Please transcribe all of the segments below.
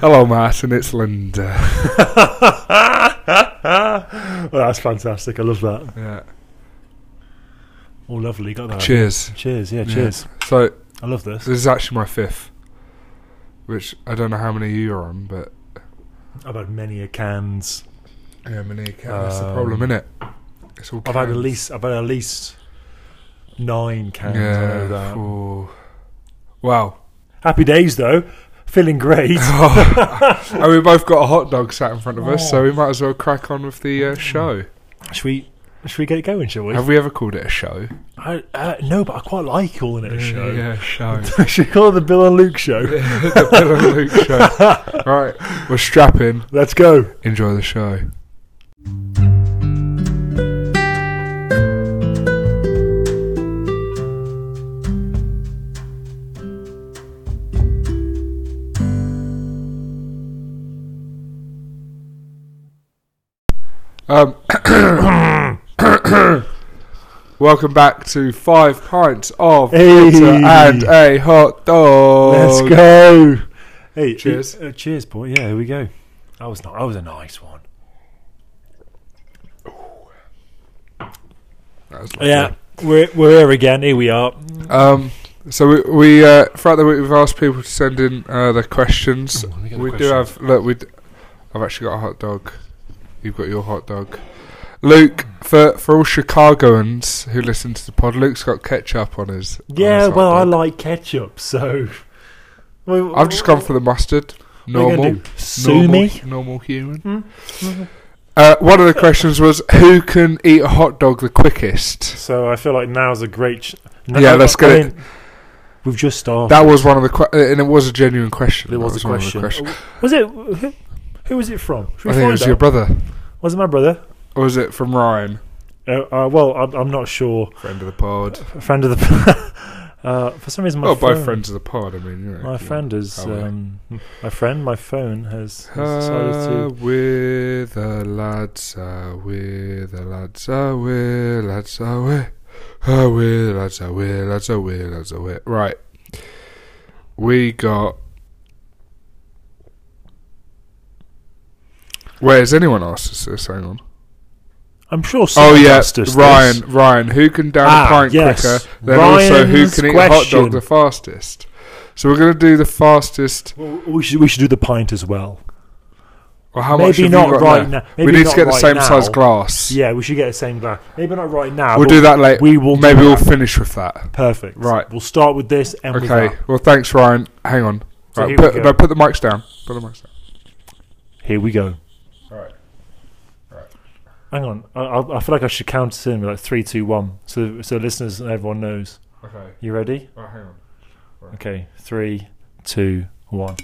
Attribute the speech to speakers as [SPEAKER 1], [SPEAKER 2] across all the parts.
[SPEAKER 1] Hello, Martin. It's Linda.
[SPEAKER 2] well, that's fantastic. I love that.
[SPEAKER 1] Yeah.
[SPEAKER 2] Oh, lovely. Got that.
[SPEAKER 1] Cheers.
[SPEAKER 2] Cheers. Yeah,
[SPEAKER 1] Yeah.
[SPEAKER 2] cheers.
[SPEAKER 1] So
[SPEAKER 2] I love this.
[SPEAKER 1] this is actually my fifth, which I don't know how many you're on, but
[SPEAKER 2] I've had many a cans.
[SPEAKER 1] yeah, many can. That's the
[SPEAKER 2] Um,
[SPEAKER 1] problem, innit? It's all.
[SPEAKER 2] I've had at
[SPEAKER 1] cans.
[SPEAKER 2] least. I've had at least nine cans. I know
[SPEAKER 1] Yeah.
[SPEAKER 2] that.
[SPEAKER 1] for- Wow.
[SPEAKER 2] Happy days though. Feeling great.
[SPEAKER 1] and we both got a hot dog sat in front of us, so
[SPEAKER 2] Oh.
[SPEAKER 1] we might as well crack on with the uh, show.
[SPEAKER 2] should we? Should we get it going? Shall we?
[SPEAKER 1] Have we ever called it a show?
[SPEAKER 2] I, uh, no, but I quite like calling it a show.
[SPEAKER 1] Yeah, show.
[SPEAKER 2] should we call it the Bill and Luke show?
[SPEAKER 1] the Bill and Luke show. Right, we're strapping.
[SPEAKER 2] Let's go.
[SPEAKER 1] Enjoy the show. Um, welcome back to five pints of
[SPEAKER 2] Hey.
[SPEAKER 1] pizza and a hot dog.
[SPEAKER 2] Let's go. Oh, Hey,
[SPEAKER 1] Cheers.
[SPEAKER 2] uh, cheers, boy. Yeah, here we go. That was not. That was a nice one.
[SPEAKER 1] That was lovely.
[SPEAKER 2] Yeah, we're we're here again. Here we are.
[SPEAKER 1] Um, so we, we uh, throughout the week we've asked people to send in uh, their questions.
[SPEAKER 2] Oh, let me
[SPEAKER 1] we do
[SPEAKER 2] get the questions.
[SPEAKER 1] have look. We d- I've actually got a hot dog. You've got your hot dog, Luke. For for all Chicagoans who listen to the pod, Luke's got ketchup on his. on
[SPEAKER 2] Yeah,
[SPEAKER 1] his hot
[SPEAKER 2] well, I
[SPEAKER 1] dog.
[SPEAKER 2] like ketchup, so. Well,
[SPEAKER 1] I've just gone for the mustard.
[SPEAKER 2] what are you gonna
[SPEAKER 1] Normal,
[SPEAKER 2] do? Sue
[SPEAKER 1] normal,
[SPEAKER 2] me.
[SPEAKER 1] normal human.
[SPEAKER 2] Hmm?
[SPEAKER 1] Uh, one of the questions was who can eat a hot dog the quickest.
[SPEAKER 2] So I feel like now's a great. Ch- no,
[SPEAKER 1] Yeah,
[SPEAKER 2] no,
[SPEAKER 1] let's
[SPEAKER 2] I
[SPEAKER 1] get
[SPEAKER 2] mean, We've just started.
[SPEAKER 1] That was one of the que- and it was a genuine question.
[SPEAKER 2] there
[SPEAKER 1] That
[SPEAKER 2] was, a
[SPEAKER 1] one of the
[SPEAKER 2] question.
[SPEAKER 1] questions.
[SPEAKER 2] Was it? Who, who was it from? Should we
[SPEAKER 1] I think it
[SPEAKER 2] find
[SPEAKER 1] was
[SPEAKER 2] out?
[SPEAKER 1] your brother,
[SPEAKER 2] Was it my brother?
[SPEAKER 1] or was it from Ryan?
[SPEAKER 2] Uh, uh, well, I'm, I'm not sure.
[SPEAKER 1] Friend of the pod.
[SPEAKER 2] A friend of the. uh, for some reason, my
[SPEAKER 1] well,
[SPEAKER 2] phone,
[SPEAKER 1] both friends Oh, of the pod. I mean, you know,
[SPEAKER 2] My friend is.
[SPEAKER 1] Oh, well.
[SPEAKER 2] Um, my friend, my phone has, has
[SPEAKER 1] Uh,
[SPEAKER 2] decided
[SPEAKER 1] with the lads, uh, with the lads, uh, with the lads, uh, with, uh, with the lads, uh, with the lads, uh, with the lads, uh, with. Right. We got. Wait, has anyone asked us this? Hang on.
[SPEAKER 2] to. I'm sure.
[SPEAKER 1] Oh
[SPEAKER 2] someone
[SPEAKER 1] yeah,
[SPEAKER 2] asked us this.
[SPEAKER 1] Ryan. Ryan, who can down
[SPEAKER 2] Ah,
[SPEAKER 1] a pint
[SPEAKER 2] yes.
[SPEAKER 1] quicker? Then also, who
[SPEAKER 2] Ryan's
[SPEAKER 1] can eat a hot
[SPEAKER 2] question.
[SPEAKER 1] dog the fastest? So we're gonna do the fastest.
[SPEAKER 2] Well, we should we should do the pint as well.
[SPEAKER 1] Well, how much
[SPEAKER 2] maybe
[SPEAKER 1] have
[SPEAKER 2] not
[SPEAKER 1] you got
[SPEAKER 2] right
[SPEAKER 1] left?
[SPEAKER 2] now.
[SPEAKER 1] we
[SPEAKER 2] Maybe
[SPEAKER 1] need
[SPEAKER 2] not
[SPEAKER 1] to get the
[SPEAKER 2] right
[SPEAKER 1] same
[SPEAKER 2] now.
[SPEAKER 1] size glass.
[SPEAKER 2] Yeah, we should get the same glass. Maybe not right now.
[SPEAKER 1] we'll
[SPEAKER 2] but
[SPEAKER 1] do that later.
[SPEAKER 2] We will. do
[SPEAKER 1] Maybe we'll
[SPEAKER 2] that.
[SPEAKER 1] finish with that.
[SPEAKER 2] Perfect.
[SPEAKER 1] Right.
[SPEAKER 2] We'll start with this and with
[SPEAKER 1] Okay.
[SPEAKER 2] that.
[SPEAKER 1] Well, thanks, Ryan. Hang on.
[SPEAKER 2] So
[SPEAKER 1] right,
[SPEAKER 2] here
[SPEAKER 1] put,
[SPEAKER 2] we go.
[SPEAKER 1] no, put the mics down. Put the mics down.
[SPEAKER 2] Here we go.
[SPEAKER 1] All right.
[SPEAKER 2] Hang on. I, I, I feel like I should count us in with like three, two, one, so so listeners and everyone knows.
[SPEAKER 1] Okay.
[SPEAKER 2] You ready?
[SPEAKER 1] Right, hang on.
[SPEAKER 2] Okay. Three, two, one.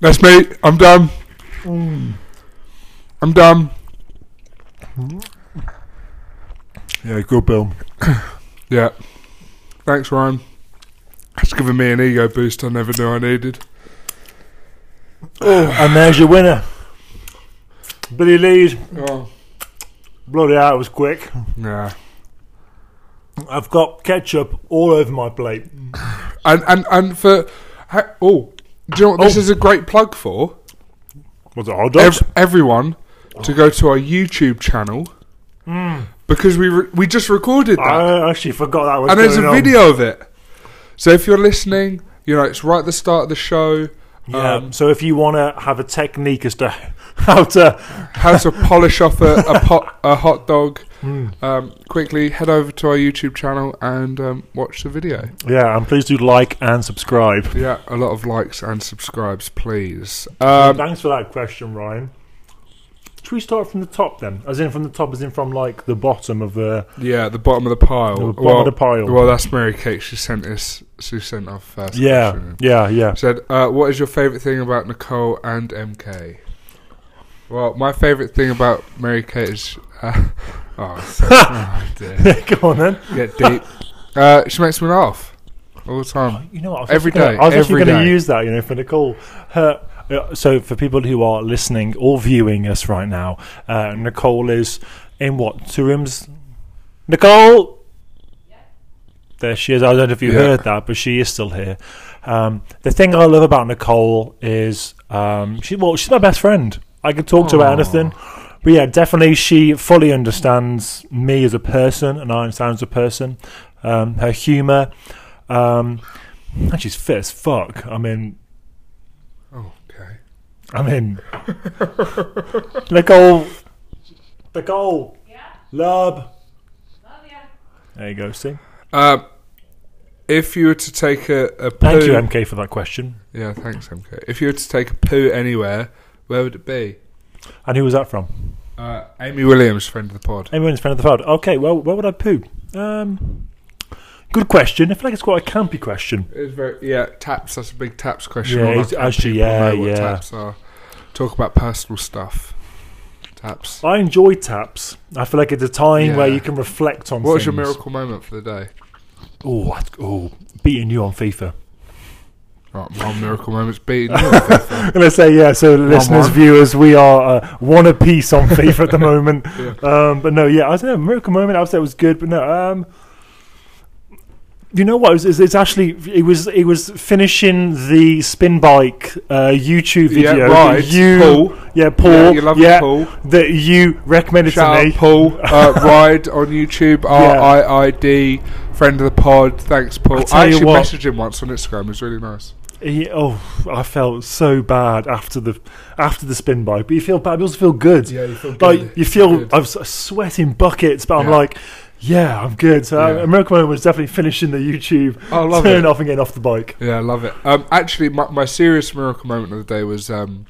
[SPEAKER 1] That's me. I'm done. I'm done.
[SPEAKER 2] Yeah, good Bill.
[SPEAKER 1] Yeah. Thanks, Ryan. That's given me an ego boost I never knew I needed.
[SPEAKER 2] And there's your winner, Billy Lees.
[SPEAKER 1] Oh.
[SPEAKER 2] Bloody hell, it was quick.
[SPEAKER 1] Yeah.
[SPEAKER 2] I've got ketchup all over my plate.
[SPEAKER 1] And and and for ha- oh, do you know what this
[SPEAKER 2] Oh.
[SPEAKER 1] is a great plug for?
[SPEAKER 2] Was it hot
[SPEAKER 1] Ev- everyone to go to our YouTube channel because we re- we just recorded that
[SPEAKER 2] Mm. I actually forgot that was
[SPEAKER 1] and there's
[SPEAKER 2] Oh, going
[SPEAKER 1] a
[SPEAKER 2] on.
[SPEAKER 1] video of it. So if you're listening, you know it's right at the start of the show.
[SPEAKER 2] Yeah.
[SPEAKER 1] Um,
[SPEAKER 2] so if you want to have a technique as to how to,
[SPEAKER 1] how to polish off a, a, pot, a hot dog
[SPEAKER 2] Hmm.
[SPEAKER 1] um, quickly, head over to our YouTube channel and um, watch the video.
[SPEAKER 2] yeah, and please do like and subscribe.
[SPEAKER 1] Yeah, a lot of likes and subscribes, please. Um,
[SPEAKER 2] Thanks for that question, Ryan. Should we start from the top then? As in from the top, as in from like the bottom of the,
[SPEAKER 1] Yeah, at the bottom of the pile.
[SPEAKER 2] the bottom
[SPEAKER 1] Oh, well,
[SPEAKER 2] of the pile.
[SPEAKER 1] well, that's Mary Kate. She sent us. She sent off first.
[SPEAKER 2] yeah,
[SPEAKER 1] question.
[SPEAKER 2] yeah, yeah.
[SPEAKER 1] Said, uh, "What is your favourite thing about Nicole and MK?" Well, my favourite thing about Mary Kate is. Uh, oh, so- oh dear.
[SPEAKER 2] Go on then.
[SPEAKER 1] Get deep. Uh, she makes me laugh all the time.
[SPEAKER 2] Oh, You know what? I was
[SPEAKER 1] Every
[SPEAKER 2] actually
[SPEAKER 1] day,
[SPEAKER 2] Gonna, I was
[SPEAKER 1] every
[SPEAKER 2] actually going
[SPEAKER 1] day.
[SPEAKER 2] to use that, you know, for Nicole. Her, uh, so for people who are listening or viewing us right now, uh, Nicole is in what two rooms? Nicole. There she is. I don't know if you
[SPEAKER 1] Yeah.
[SPEAKER 2] heard that, but she is still here. Um, the thing I love about Nicole is um, she. Well, she's my best friend. I can talk to her about
[SPEAKER 1] Aw.
[SPEAKER 2] anything. But yeah, definitely, she fully understands me as a person, and I understand her as a person. Um, her humour, um, and she's fit as fuck. I mean,
[SPEAKER 1] Oh, okay.
[SPEAKER 2] I mean, Nicole, Nicole,
[SPEAKER 3] Yeah,
[SPEAKER 2] love.
[SPEAKER 3] love ya.
[SPEAKER 2] There you go. See,
[SPEAKER 1] Um, if you were to take a, a poo,
[SPEAKER 2] thank you, MK, for that question.
[SPEAKER 1] yeah, thanks, MK. If you were to take a poo anywhere, where would it be?
[SPEAKER 2] And who was that from?
[SPEAKER 1] Uh, Amy Williams, friend of the pod.
[SPEAKER 2] Everyone's friend of the pod. Okay, well, where would I poo? Um, good question. I feel like it's quite a campy question.
[SPEAKER 1] It's very yeah. Taps. That's a big taps question.
[SPEAKER 2] Yeah,
[SPEAKER 1] All
[SPEAKER 2] it's
[SPEAKER 1] our
[SPEAKER 2] actually-
[SPEAKER 1] people
[SPEAKER 2] yeah,
[SPEAKER 1] know what
[SPEAKER 2] yeah.
[SPEAKER 1] Taps are. Talk about personal stuff. Taps.
[SPEAKER 2] I enjoy taps. I feel like it's a time where
[SPEAKER 1] Yeah.
[SPEAKER 2] you can reflect on.
[SPEAKER 1] What was
[SPEAKER 2] things.
[SPEAKER 1] your miracle moment for the day?
[SPEAKER 2] Oh, oh, beating you on FIFA.
[SPEAKER 1] Right, Oh, my miracle moment's beating. you at FIFA.
[SPEAKER 2] I'm gonna say yeah. So, listeners,
[SPEAKER 1] on.
[SPEAKER 2] viewers, we are uh, one apiece on FIFA at the moment.
[SPEAKER 1] Yeah.
[SPEAKER 2] Um, but no, yeah, I was in a miracle moment. I would say it was good, but no. Um, you know what? It was, it's, it's actually it was it was finishing the spin bike uh, YouTube
[SPEAKER 1] Yeah,
[SPEAKER 2] video. that
[SPEAKER 1] right.
[SPEAKER 2] You,
[SPEAKER 1] Paul.
[SPEAKER 2] yeah, Paul.
[SPEAKER 1] Yeah,
[SPEAKER 2] Yeah,
[SPEAKER 1] you love Paul.
[SPEAKER 2] that you recommended
[SPEAKER 1] Shout
[SPEAKER 2] to
[SPEAKER 1] out
[SPEAKER 2] me.
[SPEAKER 1] Paul. Uh, Ride on YouTube. R
[SPEAKER 2] Yeah.
[SPEAKER 1] I I D. Friend of the pod. Thanks, Paul.
[SPEAKER 2] I'll tell
[SPEAKER 1] I
[SPEAKER 2] you
[SPEAKER 1] actually
[SPEAKER 2] what.
[SPEAKER 1] messaged him once on Instagram. It was really nice.
[SPEAKER 2] He, oh, I felt so bad after the after the spin bike, but you feel bad. But you also feel good.
[SPEAKER 1] Yeah, you feel good.
[SPEAKER 2] Like you feel,
[SPEAKER 1] Good.
[SPEAKER 2] I was sweating buckets, but I'm
[SPEAKER 1] Yeah.
[SPEAKER 2] like, yeah, I'm good. So
[SPEAKER 1] Yeah.
[SPEAKER 2] uh, American Moment was definitely finishing the YouTube,
[SPEAKER 1] Oh, I love
[SPEAKER 2] turning
[SPEAKER 1] it.
[SPEAKER 2] off and getting off the bike.
[SPEAKER 1] Yeah, I love it. Um, actually, my, my serious miracle moment of the day was um,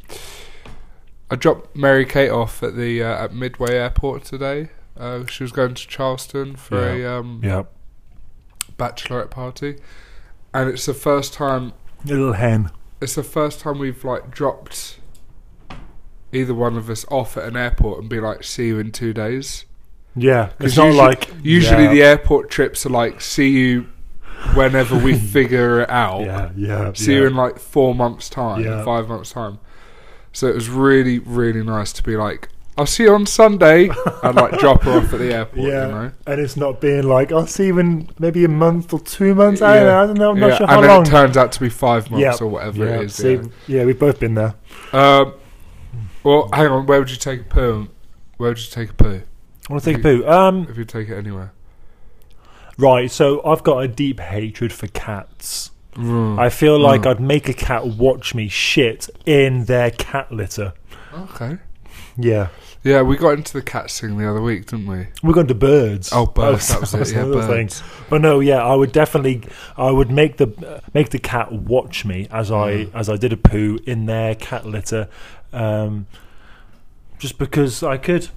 [SPEAKER 1] I dropped Mary Kate off at the uh, at Midway Airport today. Uh, she was going to Charleston for a um,
[SPEAKER 2] Yeah,
[SPEAKER 1] bachelorette party, and it's the first time
[SPEAKER 2] little hen.
[SPEAKER 1] it's the first time we've like dropped either one of us off at an airport and be like, "See you in two days."
[SPEAKER 2] Yeah, it's
[SPEAKER 1] usually,
[SPEAKER 2] not like
[SPEAKER 1] usually
[SPEAKER 2] yeah,
[SPEAKER 1] the airport trips are like, "See you whenever we figure it out."
[SPEAKER 2] yeah, yeah,
[SPEAKER 1] see
[SPEAKER 2] yeah.
[SPEAKER 1] you in like four months' time,
[SPEAKER 2] Yeah.
[SPEAKER 1] five months' time. So it was really, really nice to be like, I'll see you on Sunday, and like drop her off at the airport.
[SPEAKER 2] yeah,
[SPEAKER 1] You know?
[SPEAKER 2] and it's not being like I'll see you in maybe a month or two months. I
[SPEAKER 1] Yeah.
[SPEAKER 2] don't know. I don't know. I'm
[SPEAKER 1] Yeah,
[SPEAKER 2] not sure
[SPEAKER 1] and
[SPEAKER 2] how
[SPEAKER 1] then
[SPEAKER 2] long.
[SPEAKER 1] it turns out to be five months
[SPEAKER 2] Yeah.
[SPEAKER 1] or whatever
[SPEAKER 2] yeah,
[SPEAKER 1] it is.
[SPEAKER 2] see, yeah, we've both been there.
[SPEAKER 1] yeah. Um, well, hang on. Where would you take a poo? Where would you take a poo
[SPEAKER 2] I want to take a poo. Um,
[SPEAKER 1] if you take it anywhere?
[SPEAKER 2] Right, so I've got a deep hatred for cats.
[SPEAKER 1] Mm.
[SPEAKER 2] I feel like
[SPEAKER 1] Mm.
[SPEAKER 2] I'd make a cat watch me shit in their cat litter.
[SPEAKER 1] Okay.
[SPEAKER 2] Yeah.
[SPEAKER 1] Yeah, we got into the cats thing the other week, didn't we?
[SPEAKER 2] We're going to birds.
[SPEAKER 1] Oh, birds, that was it, yeah,
[SPEAKER 2] another thing.
[SPEAKER 1] birds.
[SPEAKER 2] But no, yeah, I would definitely, I would make the uh, make the cat watch me as I
[SPEAKER 1] Mm.
[SPEAKER 2] as I did a poo in their cat litter, um, just because I could.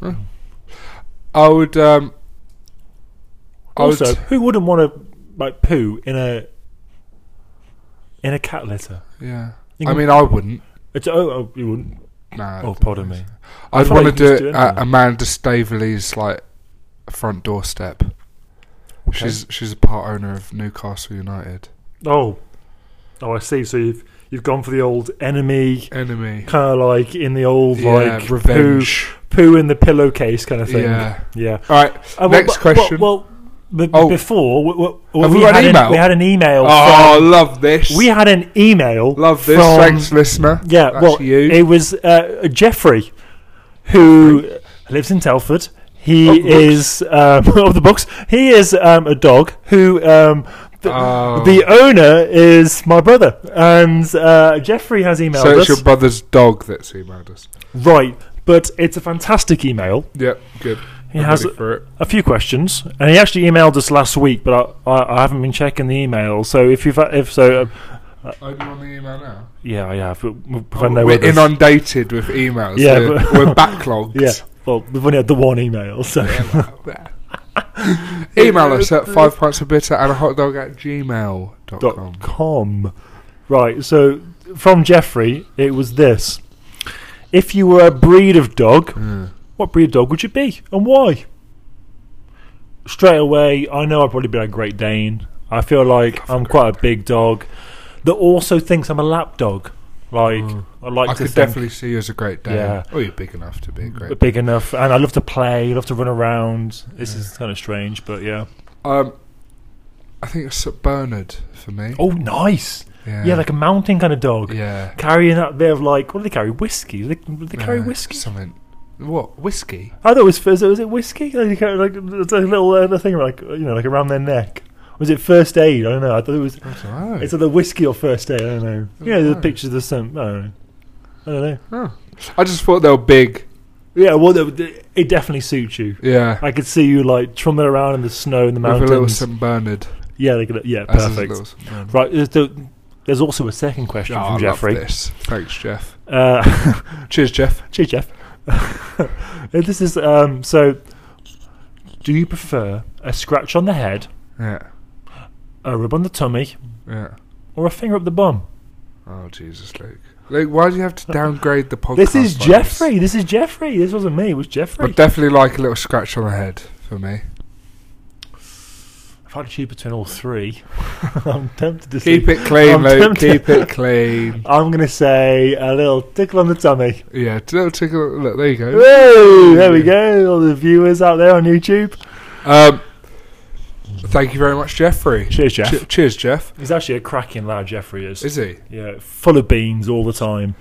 [SPEAKER 1] I would. Um, I would-
[SPEAKER 2] Also, who wouldn't want to like poo in a in a cat litter?
[SPEAKER 1] yeah.
[SPEAKER 2] You
[SPEAKER 1] I
[SPEAKER 2] can-
[SPEAKER 1] mean, I wouldn't.
[SPEAKER 2] It's oh, oh you wouldn't.
[SPEAKER 1] Nah.
[SPEAKER 2] Oh, pardon me.
[SPEAKER 1] I'd
[SPEAKER 2] feel like
[SPEAKER 1] want to
[SPEAKER 2] you can
[SPEAKER 1] do
[SPEAKER 2] just do
[SPEAKER 1] it at
[SPEAKER 2] anything.
[SPEAKER 1] Amanda Staveley's like front doorstep. She's she's a part owner of Newcastle United.
[SPEAKER 2] Oh, oh, I see. So you've you've gone for the old enemy,
[SPEAKER 1] Enemy,
[SPEAKER 2] kind of like in the old
[SPEAKER 1] yeah,
[SPEAKER 2] like
[SPEAKER 1] revenge.
[SPEAKER 2] poo poo in the pillowcase kind of thing.
[SPEAKER 1] Yeah.
[SPEAKER 2] yeah.
[SPEAKER 1] All right,
[SPEAKER 2] Uh, well,
[SPEAKER 1] next
[SPEAKER 2] but-
[SPEAKER 1] question.
[SPEAKER 2] Well, well b-
[SPEAKER 1] Oh.
[SPEAKER 2] before w- w-
[SPEAKER 1] Have we
[SPEAKER 2] we,
[SPEAKER 1] got an
[SPEAKER 2] had
[SPEAKER 1] email?
[SPEAKER 2] we had an email.
[SPEAKER 1] oh,
[SPEAKER 2] from-
[SPEAKER 1] love this.
[SPEAKER 2] um, we had an email.
[SPEAKER 1] love this.
[SPEAKER 2] From,
[SPEAKER 1] Thanks, listener.
[SPEAKER 2] Yeah,
[SPEAKER 1] That's
[SPEAKER 2] well,
[SPEAKER 1] you.
[SPEAKER 2] it was uh, Jeffrey, who lives in Telford. He
[SPEAKER 1] Of the books.
[SPEAKER 2] is um, of the books. He is um, a dog who um, the,
[SPEAKER 1] Oh.
[SPEAKER 2] the owner is my brother, and uh, Jeffrey has emailed
[SPEAKER 1] so
[SPEAKER 2] us.
[SPEAKER 1] it's your brother's dog that's emailed us.
[SPEAKER 2] right, but it's a fantastic email.
[SPEAKER 1] Yep, good.
[SPEAKER 2] He
[SPEAKER 1] I'm
[SPEAKER 2] has
[SPEAKER 1] ready for it.
[SPEAKER 2] a few questions, and he actually emailed us last week, but I, I, I haven't been checking the email. So if you've if so, uh,
[SPEAKER 1] Are Oh, you on the email now?
[SPEAKER 2] Yeah, I have. But we've had no
[SPEAKER 1] Oh, We're
[SPEAKER 2] others.
[SPEAKER 1] inundated with emails.
[SPEAKER 2] Yeah,
[SPEAKER 1] we're,
[SPEAKER 2] but-
[SPEAKER 1] we're backlogged.
[SPEAKER 2] yeah, well, we've only had the one email, so.
[SPEAKER 1] Email us at five pints of bitter and a hot dog at gmail.com.
[SPEAKER 2] dot com. Right, so from Jeffrey, it was this: If you were a breed of dog,
[SPEAKER 1] Mm.
[SPEAKER 2] what breed of dog would you be, and why? Straight away, I know I'd probably be a Great Dane. I feel like I'm quite a big dog that also thinks I'm a lap dog. Like I like
[SPEAKER 1] Mm. I could
[SPEAKER 2] to think
[SPEAKER 1] definitely see you as a great day.
[SPEAKER 2] Yeah.
[SPEAKER 1] Oh, you're big enough to be a great
[SPEAKER 2] big enough, and I love to play. love to run around. This is kind of strange, but yeah.
[SPEAKER 1] Um, I think it's St. Bernard for me.
[SPEAKER 2] Oh, nice.
[SPEAKER 1] yeah.
[SPEAKER 2] Yeah, like a mountain kind of dog.
[SPEAKER 1] yeah.
[SPEAKER 2] Carrying that bit of like what do they carry? Whiskey? Do they, do they carry
[SPEAKER 1] Uh,
[SPEAKER 2] whiskey?
[SPEAKER 1] Something. What? Whiskey?
[SPEAKER 2] I thought it was was it, was it whiskey? Like, you carry, like it's like a little uh, thing like you know like around their neck. Was it first aid? I don't know. I thought it was.
[SPEAKER 1] I don't know.
[SPEAKER 2] It's either whiskey or first aid. I don't know.
[SPEAKER 1] Oh,
[SPEAKER 2] Yeah, the
[SPEAKER 1] right.
[SPEAKER 2] pictures of some. I don't know. I don't know.
[SPEAKER 1] Oh. I just thought they were big.
[SPEAKER 2] Yeah, well, the- it definitely suits you.
[SPEAKER 1] Yeah.
[SPEAKER 2] I could see you like trumming around in the snow in the
[SPEAKER 1] With a little
[SPEAKER 2] mountains.
[SPEAKER 1] St. Bernard.
[SPEAKER 2] yeah, they could, yeah,
[SPEAKER 1] as his
[SPEAKER 2] perfect.
[SPEAKER 1] little St. Bernard.
[SPEAKER 2] Right. There's, the, there's also a second question
[SPEAKER 1] Oh, I
[SPEAKER 2] from
[SPEAKER 1] love
[SPEAKER 2] Jeffrey.
[SPEAKER 1] this. Thanks, Jeff.
[SPEAKER 2] Uh,
[SPEAKER 1] Cheers, Jeff.
[SPEAKER 2] Cheers, Jeff. this is um, so. Do you prefer a scratch on the head,
[SPEAKER 1] Yeah.
[SPEAKER 2] a rub on the tummy,
[SPEAKER 1] Yeah.
[SPEAKER 2] or a finger up the bum?
[SPEAKER 1] Oh, Jesus, Luke. Luke, why do you have to downgrade the podcast?
[SPEAKER 2] This is
[SPEAKER 1] like
[SPEAKER 2] Jeffrey. This is Jeffrey. This wasn't me. It was
[SPEAKER 1] I
[SPEAKER 2] Jeffrey.
[SPEAKER 1] definitely like a little scratch on the head for me.
[SPEAKER 2] I've had to choose between all three. I'm tempted to
[SPEAKER 1] Keep
[SPEAKER 2] say-
[SPEAKER 1] it clean,
[SPEAKER 2] I'm
[SPEAKER 1] Luke.
[SPEAKER 2] tempted.
[SPEAKER 1] Keep it clean.
[SPEAKER 2] I'm going to say a little tickle on the tummy.
[SPEAKER 1] Yeah, t- little tickle. Look, there you go.
[SPEAKER 2] Woo! There we go. All the viewers out there on YouTube.
[SPEAKER 1] Um, thank you very much, Jeffrey.
[SPEAKER 2] Cheers, Jeff.
[SPEAKER 1] Che- cheers, Jeff.
[SPEAKER 2] He's actually a cracking lad. Jeffrey is.
[SPEAKER 1] Is he?
[SPEAKER 2] yeah, full of beans all the time.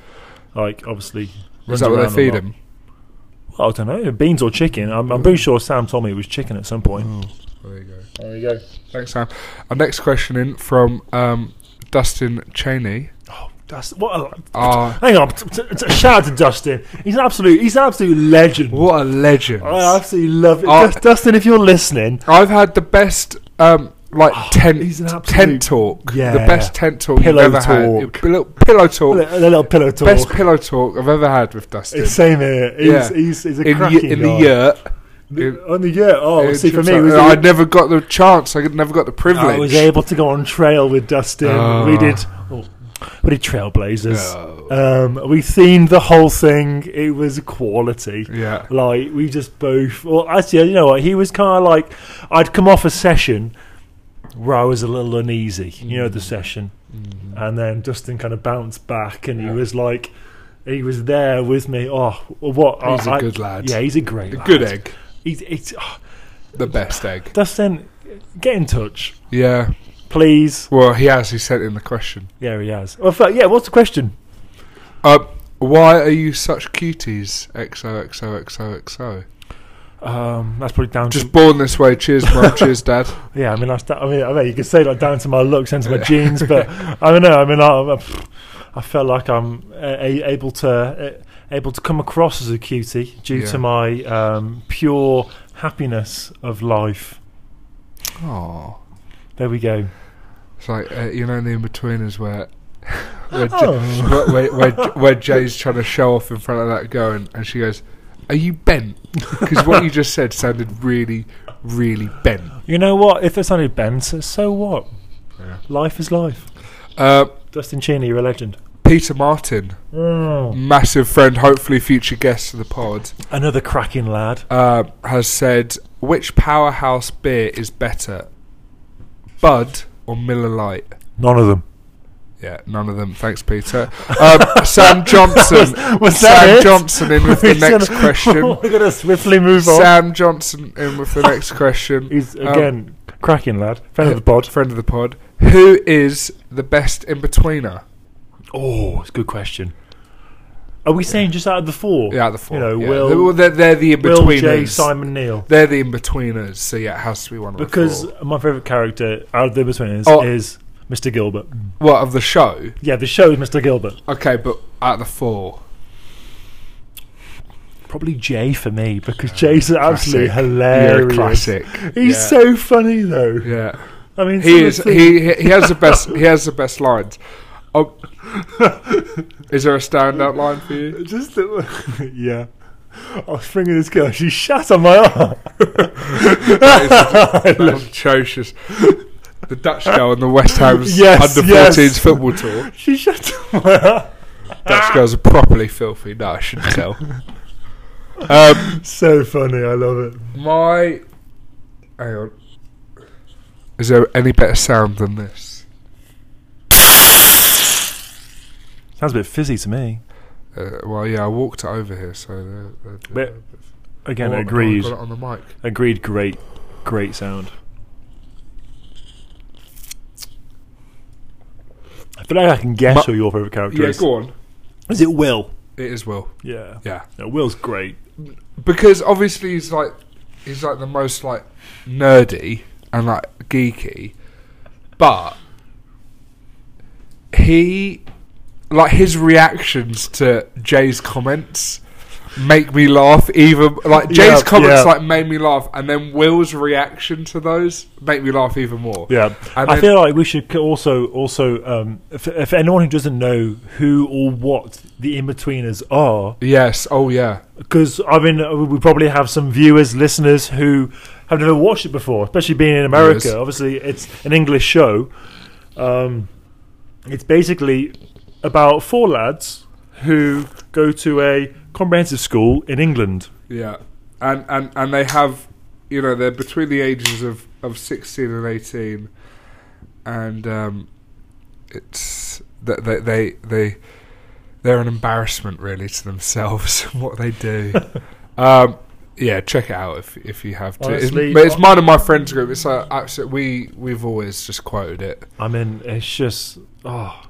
[SPEAKER 2] Like obviously.
[SPEAKER 1] Is
[SPEAKER 2] runs
[SPEAKER 1] that what
[SPEAKER 2] around
[SPEAKER 1] they
[SPEAKER 2] a
[SPEAKER 1] feed
[SPEAKER 2] lot.
[SPEAKER 1] him?
[SPEAKER 2] I don't know, beans or chicken. I'm, I'm pretty sure Sam told me it was chicken at some point.
[SPEAKER 1] Oh, there you go.
[SPEAKER 2] There you go.
[SPEAKER 1] Thanks, Sam. Our next question in from um, Dustin Cheney.
[SPEAKER 2] Oh, that's what. A,
[SPEAKER 1] Ah,
[SPEAKER 2] hang on, t- t- t- shout out to Dustin. He's an absolute. He's an absolute legend.
[SPEAKER 1] what a legend!
[SPEAKER 2] I absolutely love it,
[SPEAKER 1] Oh.
[SPEAKER 2] Dus- Dustin. If you're listening,
[SPEAKER 1] I've had the best um, like
[SPEAKER 2] Oh,
[SPEAKER 1] tent
[SPEAKER 2] he's an absolute-
[SPEAKER 1] tent talk. the
[SPEAKER 2] Yeah.
[SPEAKER 1] best tent talk
[SPEAKER 2] Pillow
[SPEAKER 1] you've ever
[SPEAKER 2] talk.
[SPEAKER 1] had. Pillow, pillow
[SPEAKER 2] a
[SPEAKER 1] talk.
[SPEAKER 2] little, a little pillow talk.
[SPEAKER 1] Best pillow talk I've ever had with Dustin.
[SPEAKER 2] It's same here. He's,
[SPEAKER 1] Yeah.
[SPEAKER 2] he's, he's a
[SPEAKER 1] in y-
[SPEAKER 2] cracking
[SPEAKER 1] in
[SPEAKER 2] guy.
[SPEAKER 1] the yurt.
[SPEAKER 2] The- on the year. Oh,
[SPEAKER 1] in
[SPEAKER 2] see, for me,
[SPEAKER 1] Chipside.
[SPEAKER 2] it was
[SPEAKER 1] I'd never got the chance. I could never got the privilege.
[SPEAKER 2] I was able to go on trail with Dustin.
[SPEAKER 1] Oh.
[SPEAKER 2] We did. Oh, we did Trailblazers.
[SPEAKER 1] No.
[SPEAKER 2] Um, we themed the whole thing. It was quality.
[SPEAKER 1] yeah.
[SPEAKER 2] Like we just both. Well, actually, you know what? He was kind of like I'd come off a session where I was a little uneasy. You know the
[SPEAKER 1] Mm.
[SPEAKER 2] session,
[SPEAKER 1] Mm-hmm.
[SPEAKER 2] and then Dustin kind of bounced back, and
[SPEAKER 1] Yeah.
[SPEAKER 2] he was like, he was there with me. Oh, what?
[SPEAKER 1] He's
[SPEAKER 2] a
[SPEAKER 1] a good lad.
[SPEAKER 2] Yeah, he's a great,
[SPEAKER 1] A
[SPEAKER 2] lad.
[SPEAKER 1] good egg.
[SPEAKER 2] He's, he's, oh,
[SPEAKER 1] The best egg.
[SPEAKER 2] Dustin, get in touch,
[SPEAKER 1] Yeah.
[SPEAKER 2] please.
[SPEAKER 1] Well, he has. He sent in the question.
[SPEAKER 2] Yeah, he has. Well, in fact, yeah. What's the question?
[SPEAKER 1] Uh, why are you such cuties? XOXOXOXO.
[SPEAKER 2] Um, that's probably down to
[SPEAKER 1] Just born this way. Cheers, mum. cheers, dad.
[SPEAKER 2] Yeah, I mean, that's, that, I mean, I mean, you could say like down to my looks, down to my jeans, but I don't know. I mean, I, I felt like I'm uh, a- able to uh, able to come across as a cutie due
[SPEAKER 1] Yeah.
[SPEAKER 2] to my um, pure happiness of life.
[SPEAKER 1] Oh.
[SPEAKER 2] There we go.
[SPEAKER 1] It's like uh, you know the in between is where where, J-
[SPEAKER 2] Oh.
[SPEAKER 1] where, where, where, where Jay's trying to show off in front of that girl, and, and she goes, "Are you bent?" Because what you just said sounded really, really bent.
[SPEAKER 2] You know what? If it's only Ben, so- so what?
[SPEAKER 1] Yeah.
[SPEAKER 2] Life is life.
[SPEAKER 1] Uh,
[SPEAKER 2] Dustin Cheney, you're a legend.
[SPEAKER 1] Peter Martin,
[SPEAKER 2] Mm.
[SPEAKER 1] massive friend, hopefully future guest of the pod,
[SPEAKER 2] Another cracking lad.
[SPEAKER 1] uh, has said, "Which powerhouse beer is better, Bud or Miller Lite?"
[SPEAKER 2] None of them.
[SPEAKER 1] Yeah, none of them. Thanks, Peter. Um, Sam Johnson.
[SPEAKER 2] Was
[SPEAKER 1] Sam
[SPEAKER 2] that it?
[SPEAKER 1] Johnson in with the
[SPEAKER 2] We're
[SPEAKER 1] next
[SPEAKER 2] gonna-
[SPEAKER 1] question.
[SPEAKER 2] We're gonna swiftly move on.
[SPEAKER 1] Sam um, Johnson in with the next question.
[SPEAKER 2] He's again cracking lad, friend of the pod.
[SPEAKER 1] Friend of the pod. Who is the best in betweener?
[SPEAKER 2] Oh, it's a good question. Are we saying just out of the four?
[SPEAKER 1] Yeah, the four.
[SPEAKER 2] You know,
[SPEAKER 1] yeah.
[SPEAKER 2] Will-
[SPEAKER 1] They're- well, they're, they're the in
[SPEAKER 2] Will, Jay,
[SPEAKER 1] betweeners.
[SPEAKER 2] Simon, Neil.
[SPEAKER 1] They're the in betweeners. So yeah, it has to be one of
[SPEAKER 2] Because
[SPEAKER 1] the four.
[SPEAKER 2] my favourite character out of the betweeners
[SPEAKER 1] Oh.
[SPEAKER 2] is Mr. Gilbert.
[SPEAKER 1] What of the show?
[SPEAKER 2] Yeah, the show is Mr. Gilbert.
[SPEAKER 1] Okay, but out of the four,
[SPEAKER 2] Probably Jay for me because Jay's absolutely
[SPEAKER 1] classic.
[SPEAKER 2] hilarious.
[SPEAKER 1] You're a classic.
[SPEAKER 2] He's
[SPEAKER 1] Yeah.
[SPEAKER 2] so funny though.
[SPEAKER 1] Yeah,
[SPEAKER 2] I mean,
[SPEAKER 1] he
[SPEAKER 2] some
[SPEAKER 1] is.
[SPEAKER 2] of the-
[SPEAKER 1] He he he has the best. He has the best lines. Oh. Is there a standout line for you?
[SPEAKER 2] Just that, yeah. I was bringing this girl. She shat on my arm. I
[SPEAKER 1] That was
[SPEAKER 2] love-
[SPEAKER 1] atrocious. The Dutch girl on the West Ham's
[SPEAKER 2] Yes,
[SPEAKER 1] under
[SPEAKER 2] yes.
[SPEAKER 1] 14s football tour.
[SPEAKER 2] she shat on my arm.
[SPEAKER 1] Dutch girls are properly filthy. No, I shouldn't tell. um,
[SPEAKER 2] So funny. I love it.
[SPEAKER 1] my. Hang on. Is there any better sound than this?
[SPEAKER 2] Sounds a bit fizzy to me.
[SPEAKER 1] Uh, well, yeah, I walked it over here, so. They're, they're,
[SPEAKER 2] Bit- Again,
[SPEAKER 1] Oh, I
[SPEAKER 2] agreed.
[SPEAKER 1] Got it on the mic.
[SPEAKER 2] Agreed. Great, great sound. I feel like I can guess
[SPEAKER 1] But-
[SPEAKER 2] who your favorite character
[SPEAKER 1] Yeah,
[SPEAKER 2] is.
[SPEAKER 1] go on.
[SPEAKER 2] Is it Will?
[SPEAKER 1] It is Will.
[SPEAKER 2] Yeah.
[SPEAKER 1] Yeah.
[SPEAKER 2] No, Will's great.
[SPEAKER 1] because obviously he's like he's like the most like nerdy and like geeky, but he like his reactions to Jay's comments make me laugh even like Jay's
[SPEAKER 2] Yeah,
[SPEAKER 1] comments
[SPEAKER 2] yeah.
[SPEAKER 1] like made me laugh and then Will's reaction to those make me laugh even more.
[SPEAKER 2] Yeah,
[SPEAKER 1] And
[SPEAKER 2] I
[SPEAKER 1] then-
[SPEAKER 2] feel like we should c- also also um, if, if anyone who doesn't know who or what the in betweeners are,
[SPEAKER 1] Yes, oh yeah.
[SPEAKER 2] because I mean uh, we probably have some viewers, listeners who have never watched it before, especially being in America.
[SPEAKER 1] Yes.
[SPEAKER 2] Obviously, it's an English show. Um, it's basically about four lads who go to a comprehensive school in England.
[SPEAKER 1] Yeah, and and and they have, you know, they're between the ages of of sixteen and eighteen, and um, it's that they, they they they're an embarrassment really to themselves and what they do. um, yeah, check it out if if you have to. It's-
[SPEAKER 2] Honestly,
[SPEAKER 1] but it's
[SPEAKER 2] I-
[SPEAKER 1] mine and my friends group. It's like absolute. We we've always just quoted it.
[SPEAKER 2] I mean, it's just oh.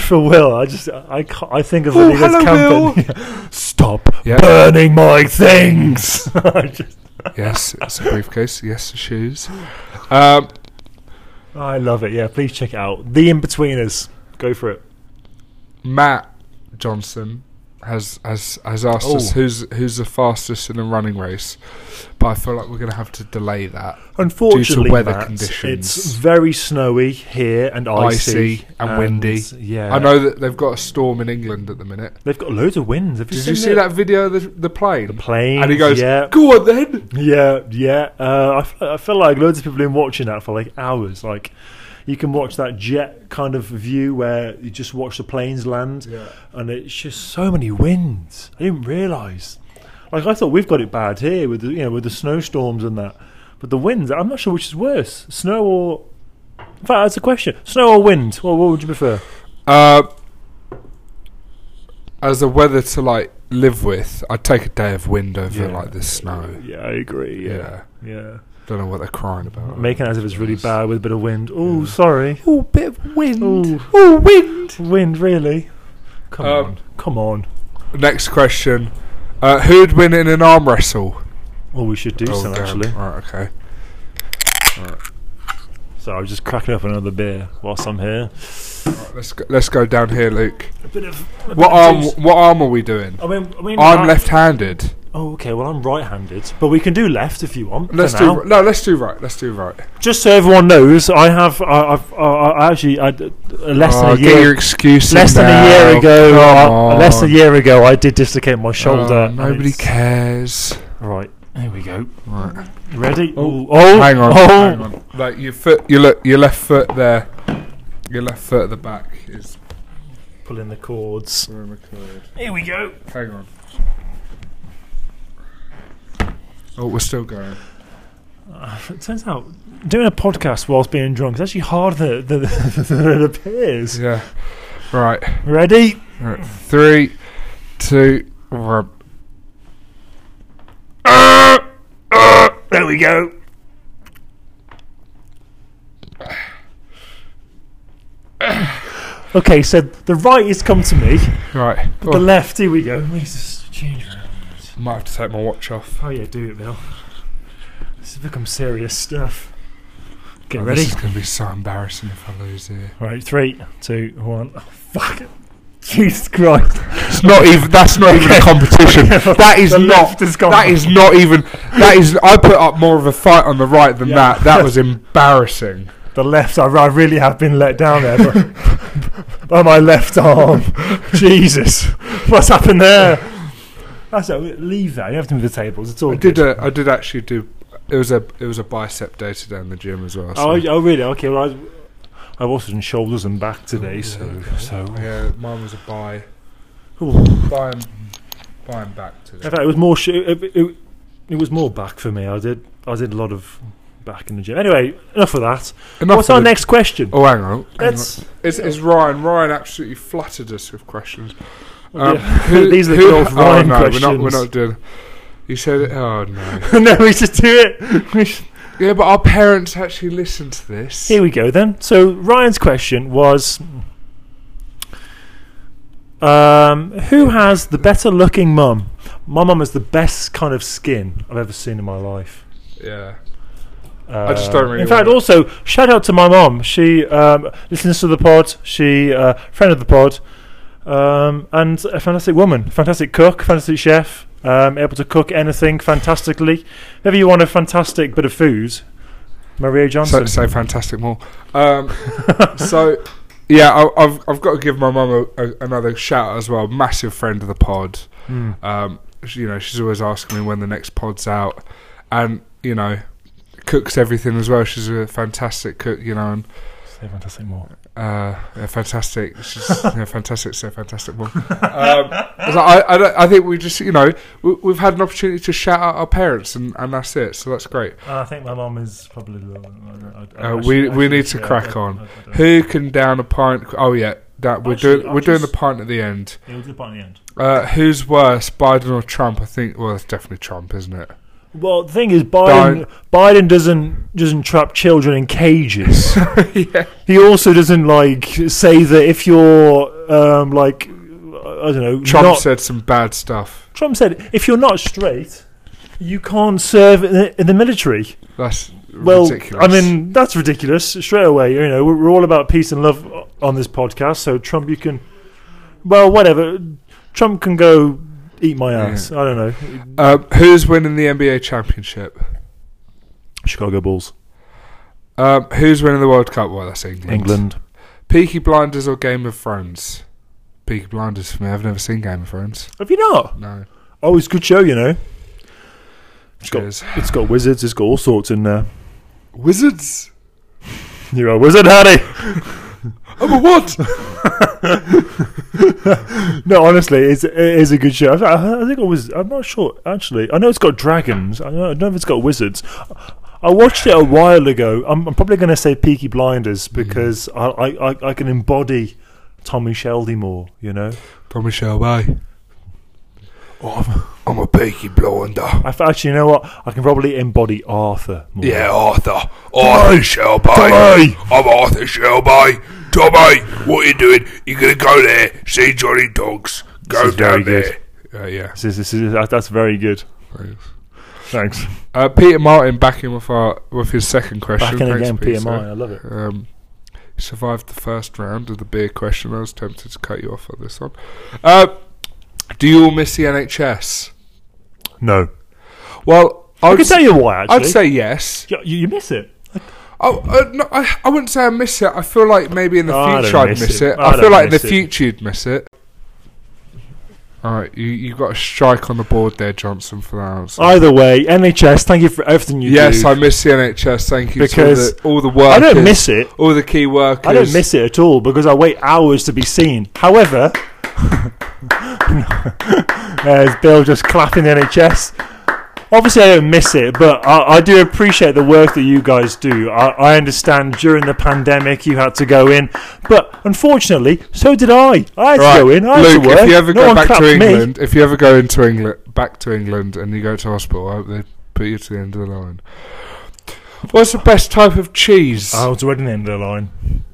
[SPEAKER 2] For Will, I just I ca- I think of
[SPEAKER 1] Oh,
[SPEAKER 2] when he goes
[SPEAKER 1] hello,
[SPEAKER 2] camping. Stop
[SPEAKER 1] Yeah.
[SPEAKER 2] burning my things. I just
[SPEAKER 1] Yes, it's a briefcase. Yes, shoes. Um,
[SPEAKER 2] I love it. Yeah, please check it out. The In Betweeners. Go for it.
[SPEAKER 1] Matt Johnson has has has asked us
[SPEAKER 2] Oh.
[SPEAKER 1] who's who's the fastest in a running race, but I feel like we're going to have to delay that.
[SPEAKER 2] Unfortunately,
[SPEAKER 1] weather
[SPEAKER 2] Matt,
[SPEAKER 1] conditions.
[SPEAKER 2] it's very snowy here and icy,
[SPEAKER 1] Icy and windy.
[SPEAKER 2] Yeah,
[SPEAKER 1] I know that they've got a storm in England at the minute.
[SPEAKER 2] they've got loads of winds. Have you
[SPEAKER 1] Did
[SPEAKER 2] seen
[SPEAKER 1] you see
[SPEAKER 2] it?
[SPEAKER 1] that video of the, the plane? The
[SPEAKER 2] Planes,
[SPEAKER 1] And he goes,
[SPEAKER 2] yeah,
[SPEAKER 1] "Go on then."
[SPEAKER 2] Yeah, yeah. Uh, I, f- I feel like loads of people have been watching that for like hours. Like, you can watch that jet kind of view where you just watch the planes land,
[SPEAKER 1] Yeah.
[SPEAKER 2] and it's just so many winds. I didn't realise. Like, I thought we've got it bad here with the, you know with the snowstorms and that, but the winds. I'm not sure which is worse, snow or. In fact, that's a question: snow or wind? What, what would you prefer?
[SPEAKER 1] Uh, as a weather to like live with, I'd take a day of wind over
[SPEAKER 2] Yeah.
[SPEAKER 1] like this snow.
[SPEAKER 2] Yeah, I agree. Yeah, yeah.
[SPEAKER 1] Don't know what they're crying about.
[SPEAKER 2] Making it as if it's really bad with a bit of wind. Oh,
[SPEAKER 1] Oh, Yeah.
[SPEAKER 2] sorry.
[SPEAKER 1] Oh, bit of wind.
[SPEAKER 2] Ooh.
[SPEAKER 1] Oh, wind.
[SPEAKER 2] Wind, really? Come
[SPEAKER 1] Um,
[SPEAKER 2] on, come on.
[SPEAKER 1] Next question: uh, Who'd win in an arm wrestle?
[SPEAKER 2] Well, we should do
[SPEAKER 1] Oh,
[SPEAKER 2] some
[SPEAKER 1] damn.
[SPEAKER 2] actually.
[SPEAKER 1] Right, okay.
[SPEAKER 2] So I was just cracking up another beer whilst I'm here.
[SPEAKER 1] Right, let's go, let's go down here, Luke.
[SPEAKER 2] A bit of
[SPEAKER 1] What arm? What arm are we doing?
[SPEAKER 2] I mean, I mean,
[SPEAKER 1] I'm
[SPEAKER 2] I-
[SPEAKER 1] left-handed.
[SPEAKER 2] Oh, okay. Well, I'm right-handed, but we can do left if you want. for
[SPEAKER 1] Let's do
[SPEAKER 2] now.
[SPEAKER 1] ri- no. Let's do right. Let's do right.
[SPEAKER 2] Just so everyone knows, I have. I, I've. I, I actually. I, d- less
[SPEAKER 1] Oh,
[SPEAKER 2] than a
[SPEAKER 1] get your
[SPEAKER 2] year.
[SPEAKER 1] excuses.
[SPEAKER 2] Less than a year
[SPEAKER 1] now.
[SPEAKER 2] ago.
[SPEAKER 1] Come
[SPEAKER 2] I- less than a
[SPEAKER 1] on.
[SPEAKER 2] year ago, I did dislocate my shoulder.
[SPEAKER 1] Oh,
[SPEAKER 2] and
[SPEAKER 1] nobody
[SPEAKER 2] it's-
[SPEAKER 1] cares.
[SPEAKER 2] Right. Here we go.
[SPEAKER 1] Right.
[SPEAKER 2] Ready?
[SPEAKER 1] Oh,
[SPEAKER 2] Ooh, oh,
[SPEAKER 1] hang on.
[SPEAKER 2] Oh.
[SPEAKER 1] Hang on. Like your foot. Your look. Your left foot there. Your left foot at the back is.
[SPEAKER 2] Pulling the cords.
[SPEAKER 1] where am I colored?
[SPEAKER 2] Here we go.
[SPEAKER 1] Hang on. Oh, we're still going.
[SPEAKER 2] It turns out doing a podcast whilst being drunk is actually harder than, than, than it appears.
[SPEAKER 1] Yeah. Right.
[SPEAKER 2] Ready?
[SPEAKER 1] Alright, three, two, one.
[SPEAKER 2] There we go. Okay, so the right has come to me.
[SPEAKER 1] Right.
[SPEAKER 2] The left, here we go. Let me just change around.
[SPEAKER 1] Might have to take my watch off.
[SPEAKER 2] Oh yeah, do it, Bill. This has become serious stuff. Get
[SPEAKER 1] Oh,
[SPEAKER 2] ready.
[SPEAKER 1] This is going to be so embarrassing if I lose here.
[SPEAKER 2] Right, three, two, one. Oh, fuck it. Jesus Christ.
[SPEAKER 1] It's not even. That's not even a competition. That is
[SPEAKER 2] The
[SPEAKER 1] not.
[SPEAKER 2] left has gone.
[SPEAKER 1] That is not even. That is. I put up more of a fight on the right than
[SPEAKER 2] Yeah.
[SPEAKER 1] that. That was embarrassing.
[SPEAKER 2] the left. I, I really have been let down there but, by my left arm. Jesus, what's happened there? That's it. Leave that. You have to move the tables. It's all.
[SPEAKER 1] I
[SPEAKER 2] good.
[SPEAKER 1] did. A, I did actually do. It was a it was a bicep day today in the gym as well.
[SPEAKER 2] Oh,
[SPEAKER 1] so-
[SPEAKER 2] oh, really? Okay. Well, I, I've also done shoulders and back today,
[SPEAKER 1] Oh, there
[SPEAKER 2] so
[SPEAKER 1] you go.
[SPEAKER 2] so.
[SPEAKER 1] yeah, mine was a buy
[SPEAKER 2] Ooh.
[SPEAKER 1] buy and, buy and back today.
[SPEAKER 2] In fact, it was more sh- it, it, it was more back for me. I did I did a lot of back in the gym. Anyway, enough of that.
[SPEAKER 1] Enough
[SPEAKER 2] What's
[SPEAKER 1] of
[SPEAKER 2] our
[SPEAKER 1] the-
[SPEAKER 2] next question?
[SPEAKER 1] Oh, hang on. Hang on.
[SPEAKER 2] Let's.
[SPEAKER 1] Is, is Ryan? Ryan absolutely fluttered us with questions. Um,
[SPEAKER 2] Oh, Yeah. These are the good old Ryan
[SPEAKER 1] oh, no, We're not,
[SPEAKER 2] questions.
[SPEAKER 1] we're not doing. He said, "Oh no."
[SPEAKER 2] no, we should do it. We should-
[SPEAKER 1] yeah, but our parents actually listen to this.
[SPEAKER 2] Here we go then. So Ryan's question was. Um, who has the better looking mum? My mum has the best kind of skin I've ever seen in my life.
[SPEAKER 1] Yeah.
[SPEAKER 2] Uh,
[SPEAKER 1] just don't really
[SPEAKER 2] In fact,
[SPEAKER 1] wanna-
[SPEAKER 2] also shout out to my mom. She um, listens to the pod. She uh, friend of the pod, um, and a fantastic woman, fantastic cook, fantastic chef, um, able to cook anything fantastically. If ever you want a fantastic bit of food, Maria
[SPEAKER 1] So,
[SPEAKER 2] Johnson.
[SPEAKER 1] so fantastic more. Um, so, yeah, I, I've I've got to give my mum a, a, another shout out as well. Massive friend of the pod.
[SPEAKER 2] Mm.
[SPEAKER 1] Um, she, you know, she's always asking me when the next pod's out, and you know, cooks everything as well. She's a fantastic cook. You know, and
[SPEAKER 2] Say fantastic more.
[SPEAKER 1] uh, yeah, fantastic. She's yeah, fantastic. So fantastic. Mum. Um, it's like, I, I, don't, I think we just, you know, we, we've had an opportunity to shout out our parents, and, and that's it. So that's great.
[SPEAKER 2] I think my mom is probably. The,
[SPEAKER 1] Uh, we we need to crack on. Who can down a pint? Oh yeah, that we're
[SPEAKER 2] Actually,
[SPEAKER 1] doing.
[SPEAKER 2] I'll
[SPEAKER 1] We're doing the
[SPEAKER 2] just-
[SPEAKER 1] pint at the end.
[SPEAKER 2] We'll do the part in the end.
[SPEAKER 1] Uh, who's worse, Biden or Trump? I think. Well, it's definitely Trump, isn't it?
[SPEAKER 2] Well, the thing is, Biden Biden doesn't doesn't trap children in cages.
[SPEAKER 1] yeah.
[SPEAKER 2] He also doesn't like say that if you're um, like I don't know.
[SPEAKER 1] Trump
[SPEAKER 2] not-
[SPEAKER 1] said some bad stuff.
[SPEAKER 2] Trump said if you're not straight, you can't serve in the, in the military.
[SPEAKER 1] That's
[SPEAKER 2] Well,
[SPEAKER 1] ridiculous.
[SPEAKER 2] I mean that's ridiculous straight away. You know we're, we're all about peace and love o- on this podcast. So Trump, you can well whatever. Trump can go eat my
[SPEAKER 1] Yeah.
[SPEAKER 2] ass. I don't know.
[SPEAKER 1] Um, who's winning the NBA championship?
[SPEAKER 2] Chicago Bulls,
[SPEAKER 1] Um, who's winning the World Cup? Well, that's England.
[SPEAKER 2] England.
[SPEAKER 1] Peaky Blinders or Game of Thrones? Peaky Blinders for me. I've never seen Game of Thrones.
[SPEAKER 2] Have you not?
[SPEAKER 1] No.
[SPEAKER 2] Oh, it's a good show. You know. It's got
[SPEAKER 1] Cheers.
[SPEAKER 2] it's got wizards. It's got all sorts in there.
[SPEAKER 1] Wizards.
[SPEAKER 2] You're a wizard, Harry. Oh,
[SPEAKER 1] I'm a what?
[SPEAKER 2] No, honestly, it's it is a good show. I, I think it was. I'm not sure actually. I know it's got dragons. I don't know, I don't know if it's got wizards. I watched it a while ago. I'm, I'm probably going to say Peaky
[SPEAKER 1] Hmm.
[SPEAKER 2] Blinders because I, I, I, I can embody Tommy Shelby more. You know,
[SPEAKER 1] Tommy Shelby. Oh, I'm, I'm a Peaky Blinder.
[SPEAKER 2] I f- actually, you know what? I can probably embody Arthur. More.
[SPEAKER 1] Yeah, Arthur. Arthur Shelby.
[SPEAKER 2] Tommy!
[SPEAKER 1] I'm Arthur Shelby. Tommy, what you doing? You're going to go there, see Johnny Dogs. Go
[SPEAKER 2] is
[SPEAKER 1] down
[SPEAKER 2] very good.
[SPEAKER 1] there. Uh, yeah.
[SPEAKER 2] This is, this is, that- that's very good.
[SPEAKER 1] Thanks.
[SPEAKER 2] Thanks.
[SPEAKER 1] Uh, Peter Martin back in with, our, with his second
[SPEAKER 2] Back
[SPEAKER 1] question.
[SPEAKER 2] in
[SPEAKER 1] Thanks,
[SPEAKER 2] again,
[SPEAKER 1] Peter.
[SPEAKER 2] PMI. I love it.
[SPEAKER 1] Um, survived the first round of the beer question. I was tempted to cut you off on this one. Uh, do you all miss the NHS?
[SPEAKER 2] No,
[SPEAKER 1] Well, I
[SPEAKER 2] I
[SPEAKER 1] would,
[SPEAKER 2] can tell you why. Actually,
[SPEAKER 1] I'd say yes.
[SPEAKER 2] you, you you miss it.
[SPEAKER 1] Oh, uh, no, I, I wouldn't say I miss it. I feel like maybe in the
[SPEAKER 2] Oh, I
[SPEAKER 1] future
[SPEAKER 2] don't
[SPEAKER 1] I'd miss,
[SPEAKER 2] miss
[SPEAKER 1] it.
[SPEAKER 2] it.
[SPEAKER 1] I,
[SPEAKER 2] I
[SPEAKER 1] feel
[SPEAKER 2] don't
[SPEAKER 1] like in the
[SPEAKER 2] miss it.
[SPEAKER 1] future you'd miss it. All right, you you got a strike on the board there, Johnson, for that answer.
[SPEAKER 2] Either way, NHS. Thank you for everything you do.
[SPEAKER 1] yes, I miss the NHS. Thank you
[SPEAKER 2] Because
[SPEAKER 1] to all the, all the
[SPEAKER 2] I
[SPEAKER 1] workers.
[SPEAKER 2] don't miss it.
[SPEAKER 1] all the key workers.
[SPEAKER 2] I don't miss it at all because I wait hours to be seen. However, there's Bill just clapping the NHS. Obviously, I don't miss it, but I, I do appreciate the work that you guys do. I, I understand during the pandemic you had to go in, but unfortunately, so did I. I had to go in. I had
[SPEAKER 1] Luke,
[SPEAKER 2] to work.
[SPEAKER 1] if you ever
[SPEAKER 2] no
[SPEAKER 1] go
[SPEAKER 2] one
[SPEAKER 1] back
[SPEAKER 2] clapped
[SPEAKER 1] to
[SPEAKER 2] me.
[SPEAKER 1] England, if you ever go into England, back to England, and you go to hospital, I hope they put you to the end of the line. What's the best type of cheese?
[SPEAKER 2] I was Oh, already in the end of the line.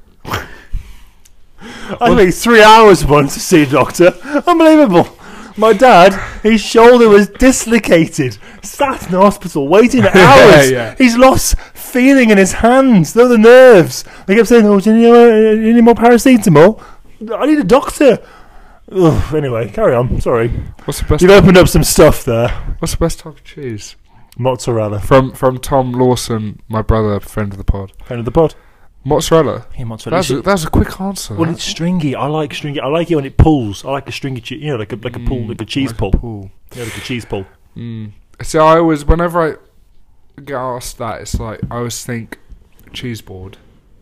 [SPEAKER 2] I waited three hours once to see a doctor. Unbelievable. My dad, his shoulder was dislocated. Sat in the hospital waiting hours.
[SPEAKER 1] yeah.
[SPEAKER 2] He's lost feeling in his hands. They're the nerves. They kept saying, "Oh, do you need, uh, you need more paracetamol? I need a doctor." Ugh, anyway, carry on. Sorry,
[SPEAKER 1] What's the best?
[SPEAKER 2] you've opened up some stuff there.
[SPEAKER 1] What's the best type of cheese?
[SPEAKER 2] Mozzarella,
[SPEAKER 1] from from Tom Lawson, my brother, friend of the pod.
[SPEAKER 2] friend of the pod.
[SPEAKER 1] Mozzarella.
[SPEAKER 2] Yeah, mozzarella.
[SPEAKER 1] That's a, that's a quick answer.
[SPEAKER 2] well,
[SPEAKER 1] that.
[SPEAKER 2] it's stringy. I like stringy. I like it when it pulls. I like a stringy, che- you know, like a like a pull,
[SPEAKER 1] Mm,
[SPEAKER 2] like a cheese
[SPEAKER 1] like
[SPEAKER 2] pull,
[SPEAKER 1] pull.
[SPEAKER 2] yeah, like a cheese pull.
[SPEAKER 1] Mm. See, I always, whenever I get asked that, it's like, I always think cheese board.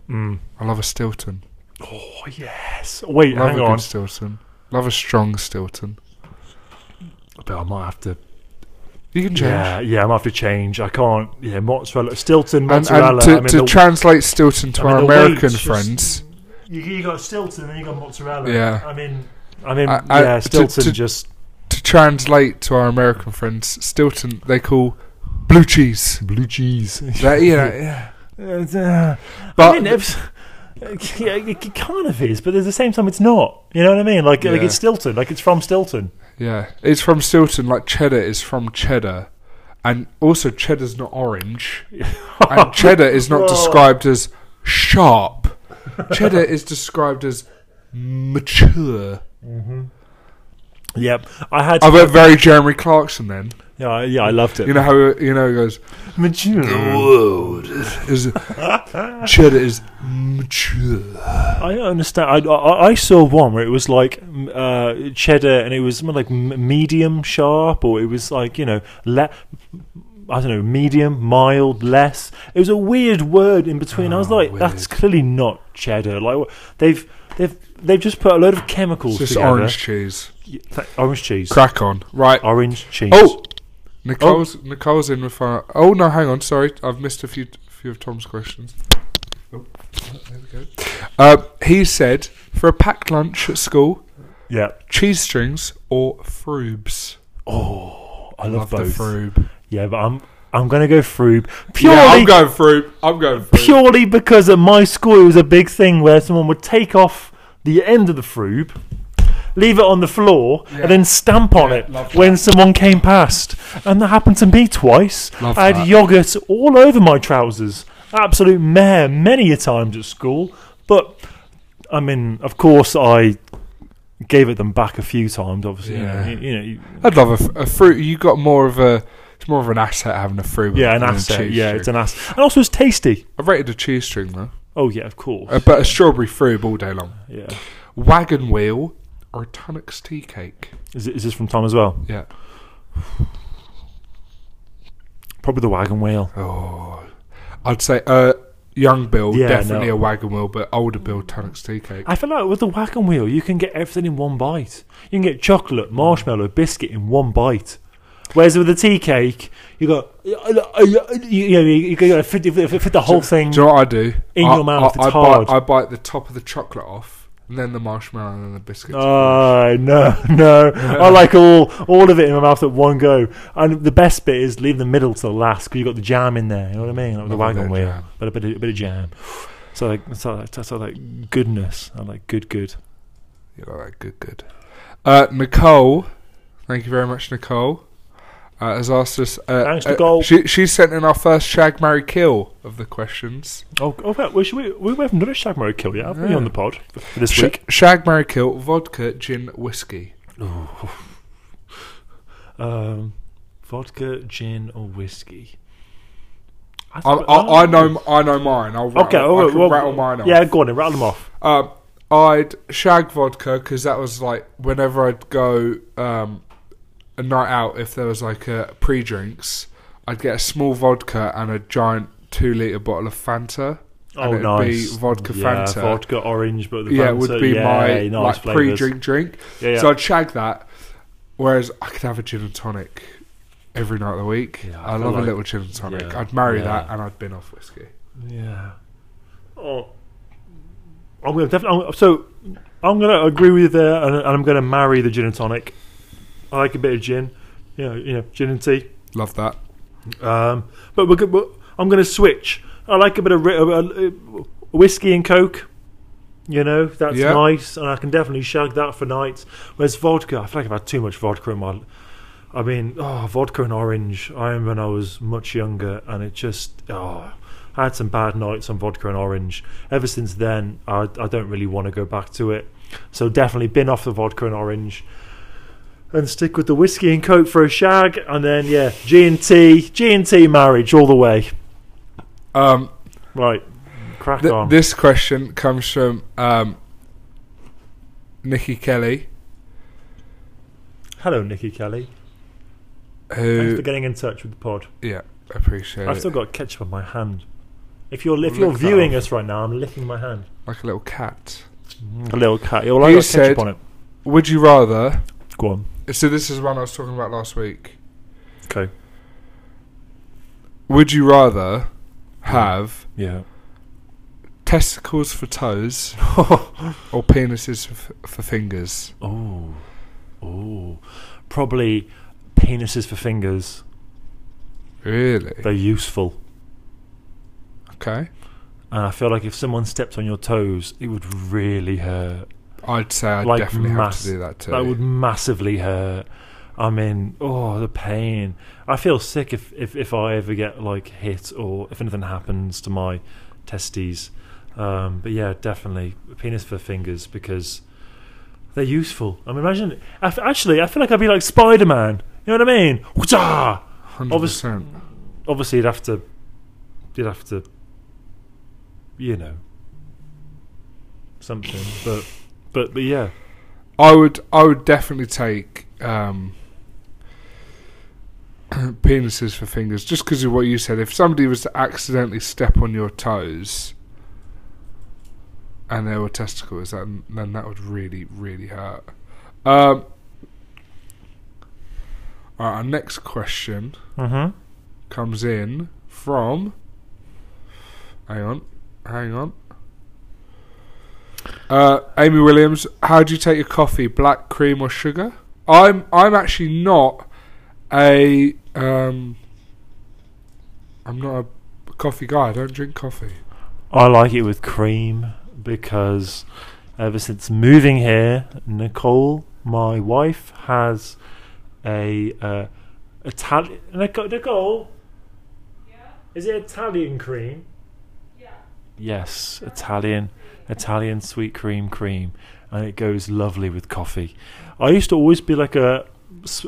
[SPEAKER 2] Mm.
[SPEAKER 1] I love a Stilton.
[SPEAKER 2] Oh yes. Wait,
[SPEAKER 1] love
[SPEAKER 2] hang
[SPEAKER 1] a
[SPEAKER 2] on.
[SPEAKER 1] good Stilton. Love a strong Stilton.
[SPEAKER 2] But I might have to.
[SPEAKER 1] You can change.
[SPEAKER 2] Yeah, yeah, I might have to change. I can't. Yeah, mozzarella, Stilton
[SPEAKER 1] And,
[SPEAKER 2] mozzarella.
[SPEAKER 1] and to,
[SPEAKER 2] I mean,
[SPEAKER 1] to
[SPEAKER 2] the-
[SPEAKER 1] translate Stilton to
[SPEAKER 2] I mean,
[SPEAKER 1] our
[SPEAKER 2] the weight's
[SPEAKER 1] American
[SPEAKER 2] just-
[SPEAKER 1] friends,
[SPEAKER 2] you, you got Stilton, and you got mozzarella.
[SPEAKER 1] Yeah.
[SPEAKER 2] I mean, I mean,
[SPEAKER 1] I- I-
[SPEAKER 2] yeah,
[SPEAKER 1] to-
[SPEAKER 2] Stilton
[SPEAKER 1] to-
[SPEAKER 2] just
[SPEAKER 1] to translate to our American friends, Stilton they call blue cheese.
[SPEAKER 2] blue cheese.
[SPEAKER 1] That, you know, yeah.
[SPEAKER 2] but
[SPEAKER 1] Uh, But-
[SPEAKER 2] I mean, it's, yeah, it, it kind of is, but at the same time, it's not. You know what I mean? Like, like
[SPEAKER 1] Yeah.
[SPEAKER 2] it's Stilton. Like it's from Stilton.
[SPEAKER 1] Yeah, it's from Stilton. Like cheddar is from cheddar, and also cheddar's not orange, and cheddar is not
[SPEAKER 2] Whoa.
[SPEAKER 1] described as sharp. Cheddar is described as mature.
[SPEAKER 2] Yep. I had.
[SPEAKER 1] I went very Jeremy Clarkson then.
[SPEAKER 2] yeah, I- yeah, I loved it.
[SPEAKER 1] You know how you know he goes.
[SPEAKER 2] Mature.
[SPEAKER 1] world is cheddar is mature.
[SPEAKER 2] I understand. I, I, I saw one where it was like m- uh, cheddar, and it was more like m- medium sharp, or it was like you know, le- I don't know, medium, mild, less. It was a weird word in between. I was
[SPEAKER 1] Oh,
[SPEAKER 2] like, that's clearly not cheddar. Like wh- they've they've they've just put a load of chemicals
[SPEAKER 1] It's just
[SPEAKER 2] together.
[SPEAKER 1] orange cheese.
[SPEAKER 2] Y- th- orange cheese.
[SPEAKER 1] Crack on, right?
[SPEAKER 2] Orange cheese.
[SPEAKER 1] Oh, Nicole's Nicole's in with our. Oh no, hang on. Sorry, I've missed a few few of Tom's questions. Oh, there we go. Uh, he said for a packed lunch at school,
[SPEAKER 2] yeah.
[SPEAKER 1] cheese strings or froobs.
[SPEAKER 2] Oh, I love,
[SPEAKER 1] the
[SPEAKER 2] both.
[SPEAKER 1] froob.
[SPEAKER 2] Yeah, but I'm I'm gonna go froob purely
[SPEAKER 1] Yeah, I'm going froob. I'm going froob.
[SPEAKER 2] purely because at my school it was a big thing where someone would take off the end of the froob, leave it on the floor,
[SPEAKER 1] Yeah.
[SPEAKER 2] and then stamp on
[SPEAKER 1] Yeah,
[SPEAKER 2] it
[SPEAKER 1] love
[SPEAKER 2] when someone came past. And that happened to me twice.
[SPEAKER 1] Love
[SPEAKER 2] I had
[SPEAKER 1] that.
[SPEAKER 2] yogurt all over my trousers. Absolute mare many a times at school. But I mean, of course I gave it them back a few times, obviously. you know,
[SPEAKER 1] Yeah.
[SPEAKER 2] You, you know, you-
[SPEAKER 1] I'd love a, f- a fruit. You got more of a. It's more of an asset having a froob.
[SPEAKER 2] yeah, an
[SPEAKER 1] than a
[SPEAKER 2] asset.
[SPEAKER 1] cheese
[SPEAKER 2] Yeah,
[SPEAKER 1] string.
[SPEAKER 2] it's an asset. And also it's tasty.
[SPEAKER 1] I rated a cheese string though,
[SPEAKER 2] Oh yeah, of course.
[SPEAKER 1] uh, but a strawberry froob all day long.
[SPEAKER 2] yeah.
[SPEAKER 1] Wagon wheel or a Tunnock's tea cake.
[SPEAKER 2] Is, it, is this from Tom as well?
[SPEAKER 1] Yeah.
[SPEAKER 2] Probably the wagon wheel.
[SPEAKER 1] Oh, I'd say uh, young Bill
[SPEAKER 2] Yeah,
[SPEAKER 1] definitely
[SPEAKER 2] no. Mm.
[SPEAKER 1] a wagon wheel, but older Bill Tunnock's tea cake.
[SPEAKER 2] I feel like with the wagon wheel, you can get everything in one bite. You can get chocolate, marshmallow, biscuit in one bite. Whereas with the tea cake, you got you you know you got to fit, fit, fit the whole thing.
[SPEAKER 1] do you know what I do?
[SPEAKER 2] In
[SPEAKER 1] I,
[SPEAKER 2] your mouth,
[SPEAKER 1] I,
[SPEAKER 2] it's
[SPEAKER 1] I
[SPEAKER 2] hard.
[SPEAKER 1] Bite, I bite the top of the chocolate off, and then the marshmallow, and then the biscuits.
[SPEAKER 2] Oh no, no! I like all all of it in my mouth at one go. And the best bit is leave the middle to the last because you got the jam in there. You know what I mean? Like with the
[SPEAKER 1] Love a
[SPEAKER 2] wagon
[SPEAKER 1] bit of
[SPEAKER 2] wheel,
[SPEAKER 1] jam.
[SPEAKER 2] but a bit of, a bit of jam. So like that's all like, that's all like goodness. I like good, good.
[SPEAKER 1] You know, like good, good. Uh, Nicole, thank you very much, Nicole. Uh, has asked us. Uh,
[SPEAKER 2] Thanks,
[SPEAKER 1] uh,
[SPEAKER 2] Nicole.
[SPEAKER 1] she, she sent in our first shag, marry, kill of the questions.
[SPEAKER 2] Oh, oh well, we, should we, we have another Shag Mary Kill yet, haven't we,
[SPEAKER 1] Yeah.
[SPEAKER 2] on the pod for this
[SPEAKER 1] Sh-
[SPEAKER 2] week?
[SPEAKER 1] shag, marry, kill, vodka, gin, whiskey.
[SPEAKER 2] Um, vodka, gin, or whiskey? I,
[SPEAKER 1] I,
[SPEAKER 2] thought-
[SPEAKER 1] I, I know, I know mine. I'll rattle,
[SPEAKER 2] Okay, all
[SPEAKER 1] I
[SPEAKER 2] right,
[SPEAKER 1] can
[SPEAKER 2] well,
[SPEAKER 1] rattle mine off.
[SPEAKER 2] Yeah, go on, then, rattle them off.
[SPEAKER 1] Um, I'd shag vodka because that was like whenever I'd go um, a night out, if there was like a pre drinks, I'd get a small vodka and a giant two litre bottle of Fanta. and
[SPEAKER 2] Oh,
[SPEAKER 1] it'd
[SPEAKER 2] nice.
[SPEAKER 1] be vodka
[SPEAKER 2] yeah,
[SPEAKER 1] Fanta.
[SPEAKER 2] vodka orange, but the
[SPEAKER 1] yeah, it
[SPEAKER 2] Fanta,
[SPEAKER 1] would be
[SPEAKER 2] yeah,
[SPEAKER 1] my
[SPEAKER 2] nice
[SPEAKER 1] like
[SPEAKER 2] flavours.
[SPEAKER 1] pre drink drink.
[SPEAKER 2] Yeah, yeah.
[SPEAKER 1] So I'd shag that. Whereas I could have a gin and tonic every night of the week.
[SPEAKER 2] Yeah, I
[SPEAKER 1] I,
[SPEAKER 2] feel
[SPEAKER 1] love
[SPEAKER 2] like-
[SPEAKER 1] a little gin and tonic.
[SPEAKER 2] yeah,
[SPEAKER 1] I'd marry
[SPEAKER 2] yeah.
[SPEAKER 1] that and I'd bin off whiskey.
[SPEAKER 2] yeah. Oh, I'm gonna definitely. So I'm gonna agree with uh, and, and I'm gonna marry the gin and tonic. I like a bit of gin. You know, you know, gin and tea.
[SPEAKER 1] Love that.
[SPEAKER 2] Um, but we're, go- we're, I'm going to switch. I like a bit of ri- uh, uh, whiskey and coke. You know, that's
[SPEAKER 1] Yeah.
[SPEAKER 2] nice, and I can definitely shag that for nights. Whereas vodka, I feel like I've had too much vodka in my. I mean, oh, vodka and orange. I remember when I was much younger, and it just, oh, I had some bad nights on vodka and orange. Ever since then, I, I don't really want to go back to it. So definitely bin off the vodka and orange and stick with the whiskey and coke for a shag, and then yeah, G and T, G and T marriage all the way.
[SPEAKER 1] Um,
[SPEAKER 2] Right, crack
[SPEAKER 1] Th-
[SPEAKER 2] on.
[SPEAKER 1] this question comes from um, Nikki Kelly,
[SPEAKER 2] Hello, Nikki Kelly. Thanks
[SPEAKER 1] who
[SPEAKER 2] for getting in touch with the pod.
[SPEAKER 1] yeah, appreciate
[SPEAKER 2] I've
[SPEAKER 1] it.
[SPEAKER 2] still got ketchup on my hand. If you're if
[SPEAKER 1] Lick
[SPEAKER 2] you're
[SPEAKER 1] that
[SPEAKER 2] viewing
[SPEAKER 1] off.
[SPEAKER 2] us right now, I'm licking my hand.
[SPEAKER 1] like a little cat.
[SPEAKER 2] A little cat. Well, I
[SPEAKER 1] You
[SPEAKER 2] got ketchup
[SPEAKER 1] said-
[SPEAKER 2] on it.
[SPEAKER 1] Would you rather?
[SPEAKER 2] Go on.
[SPEAKER 1] So this is one I was talking about last week.
[SPEAKER 2] Okay.
[SPEAKER 1] Would you rather have
[SPEAKER 2] Yeah.
[SPEAKER 1] testicles for toes or penises for, for fingers?
[SPEAKER 2] oh. Oh. Probably penises for fingers.
[SPEAKER 1] Really?
[SPEAKER 2] They're useful.
[SPEAKER 1] Okay.
[SPEAKER 2] And I feel like if someone stepped on your toes, it would really hurt.
[SPEAKER 1] I'd say I'd
[SPEAKER 2] Like
[SPEAKER 1] definitely
[SPEAKER 2] mass-
[SPEAKER 1] have to do that too.
[SPEAKER 2] That would massively hurt. I mean, oh, the pain. I feel sick if, if, if I ever get like hit or if anything happens to my testes. Um, but yeah, definitely penis for fingers because they're useful. I mean, imagine. I f- actually, I feel like I'd be like Spider Man. You know what I mean? Whoa-tah!
[SPEAKER 1] 100%.
[SPEAKER 2] obvious- Obviously, you'd have to. You'd have to. You know. Something, but but but yeah.
[SPEAKER 1] I would I would definitely take um, penises for fingers just because of what you said. If somebody was to accidentally step on your toes and there were testicles, that, then that would really really hurt. Um, all right, our next question
[SPEAKER 2] Mm-hmm.
[SPEAKER 1] comes in from. Hang on, hang on. Uh, Amy Williams, how do you take your coffee? Black cream or sugar? I'm I'm actually not a um. I'm not a coffee guy. I don't drink coffee.
[SPEAKER 2] I like it with cream because ever since moving here, Nicole, my wife, has a uh, Italian. Nicole, Nicole, is it Italian cream? Yes, Italian, Italian sweet cream cream, and it goes lovely with coffee. I used to always be like a s-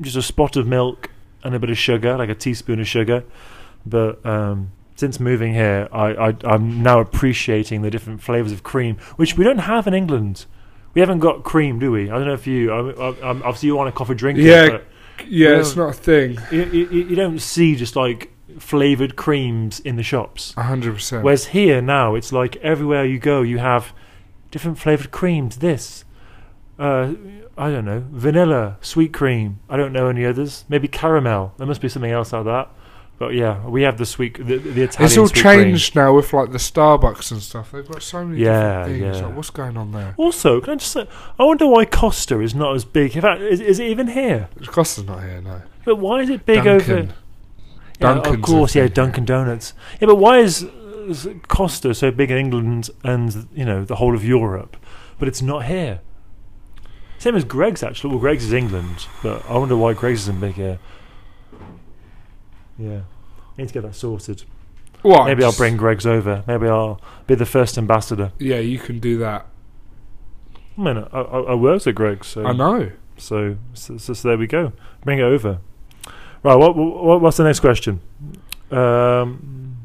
[SPEAKER 2] just a spot of milk and a bit of sugar, like a teaspoon of sugar. But um, since moving here, I, I I'm now appreciating the different flavors of cream, which we don't have in England. We haven't got cream, do we? I don't know if you. I, I, I'm- obviously, you want a coffee drinker.
[SPEAKER 1] Yeah.
[SPEAKER 2] but-
[SPEAKER 1] Yeah,
[SPEAKER 2] Yeah.
[SPEAKER 1] it's not a thing.
[SPEAKER 2] you, you, you don't see just like flavored creams in the shops.
[SPEAKER 1] hundred percent.
[SPEAKER 2] Whereas here now, it's like everywhere you go, you have different flavored creams. This, uh, I don't know, vanilla, sweet cream. I don't know any others. Maybe caramel. There must be something else like that. But yeah, we have the sweet, the, the Italian.
[SPEAKER 1] It's all
[SPEAKER 2] sweet cream.
[SPEAKER 1] changed now with like the Starbucks and stuff. They've got so many
[SPEAKER 2] Yeah,
[SPEAKER 1] different things.
[SPEAKER 2] yeah.
[SPEAKER 1] Like, what's going on there?
[SPEAKER 2] Also, can I just say, I wonder why Costa is not as big. In fact, is, is it even here?
[SPEAKER 1] Costa's not here now.
[SPEAKER 2] But why is it big over?
[SPEAKER 1] Duncan.
[SPEAKER 2] Yeah, of
[SPEAKER 1] Dunkin's
[SPEAKER 2] course,
[SPEAKER 1] a
[SPEAKER 2] yeah,
[SPEAKER 1] thing.
[SPEAKER 2] Dunkin' Donuts. Yeah, but why is, is Costa so big in England and you know the whole of Europe, but it's not here? Same as Greg's actually. Well, Greg's is England, but I wonder why Greg's isn't big here. Yeah, need to get that sorted.
[SPEAKER 1] What?
[SPEAKER 2] Maybe I'll
[SPEAKER 1] Just-
[SPEAKER 2] bring Greg's over. Maybe I'll be the first ambassador.
[SPEAKER 1] Yeah, you can do that.
[SPEAKER 2] I mean, I, I, I worked at Greg's, so
[SPEAKER 1] I know.
[SPEAKER 2] So, so, so, so there we go. Bring it over. Right. What, what what's the next question? Um,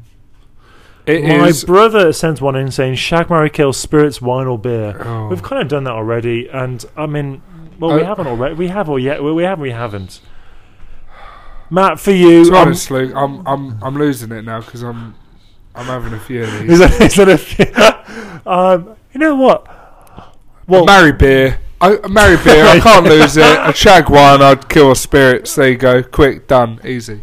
[SPEAKER 1] It
[SPEAKER 2] My
[SPEAKER 1] is-
[SPEAKER 2] brother sends one in saying shag, marry, kill, spirits, wine, or beer.
[SPEAKER 1] Oh.
[SPEAKER 2] We've kind of done that already, and I mean, well, we
[SPEAKER 1] Uh,
[SPEAKER 2] haven't already. We have or yet we, we haven't. We haven't. Matt, for you,
[SPEAKER 1] to be
[SPEAKER 2] um,
[SPEAKER 1] honest, Luke, I'm I'm I'm losing it now because I'm I'm having a few of these.
[SPEAKER 2] is that, is that a, um, you know what? Well,
[SPEAKER 1] Marry beer. I marry beer. I can't lose it. A shag one. I'd kill a spirits. There you go. Quick, done, easy.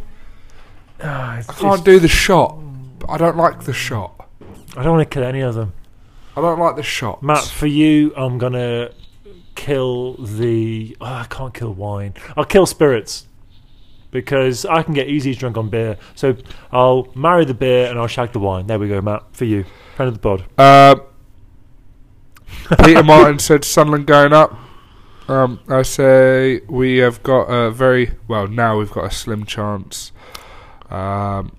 [SPEAKER 2] ah, it's-
[SPEAKER 1] I can't do the shot. But I don't like the shot.
[SPEAKER 2] it's- I don't want to kill any of them.
[SPEAKER 1] I don't like the shot.
[SPEAKER 2] Matt, for you, I'm gonna kill the. Oh, I can't kill wine. I'll kill spirits because I can get easy drunk on beer. So I'll marry the beer and I'll shag the wine. There we go, Matt. For you, friend of the pod.
[SPEAKER 1] Uh, Peter Martin said Sunderland going up. Um, I say we have got a very well now we've got a slim chance. Um,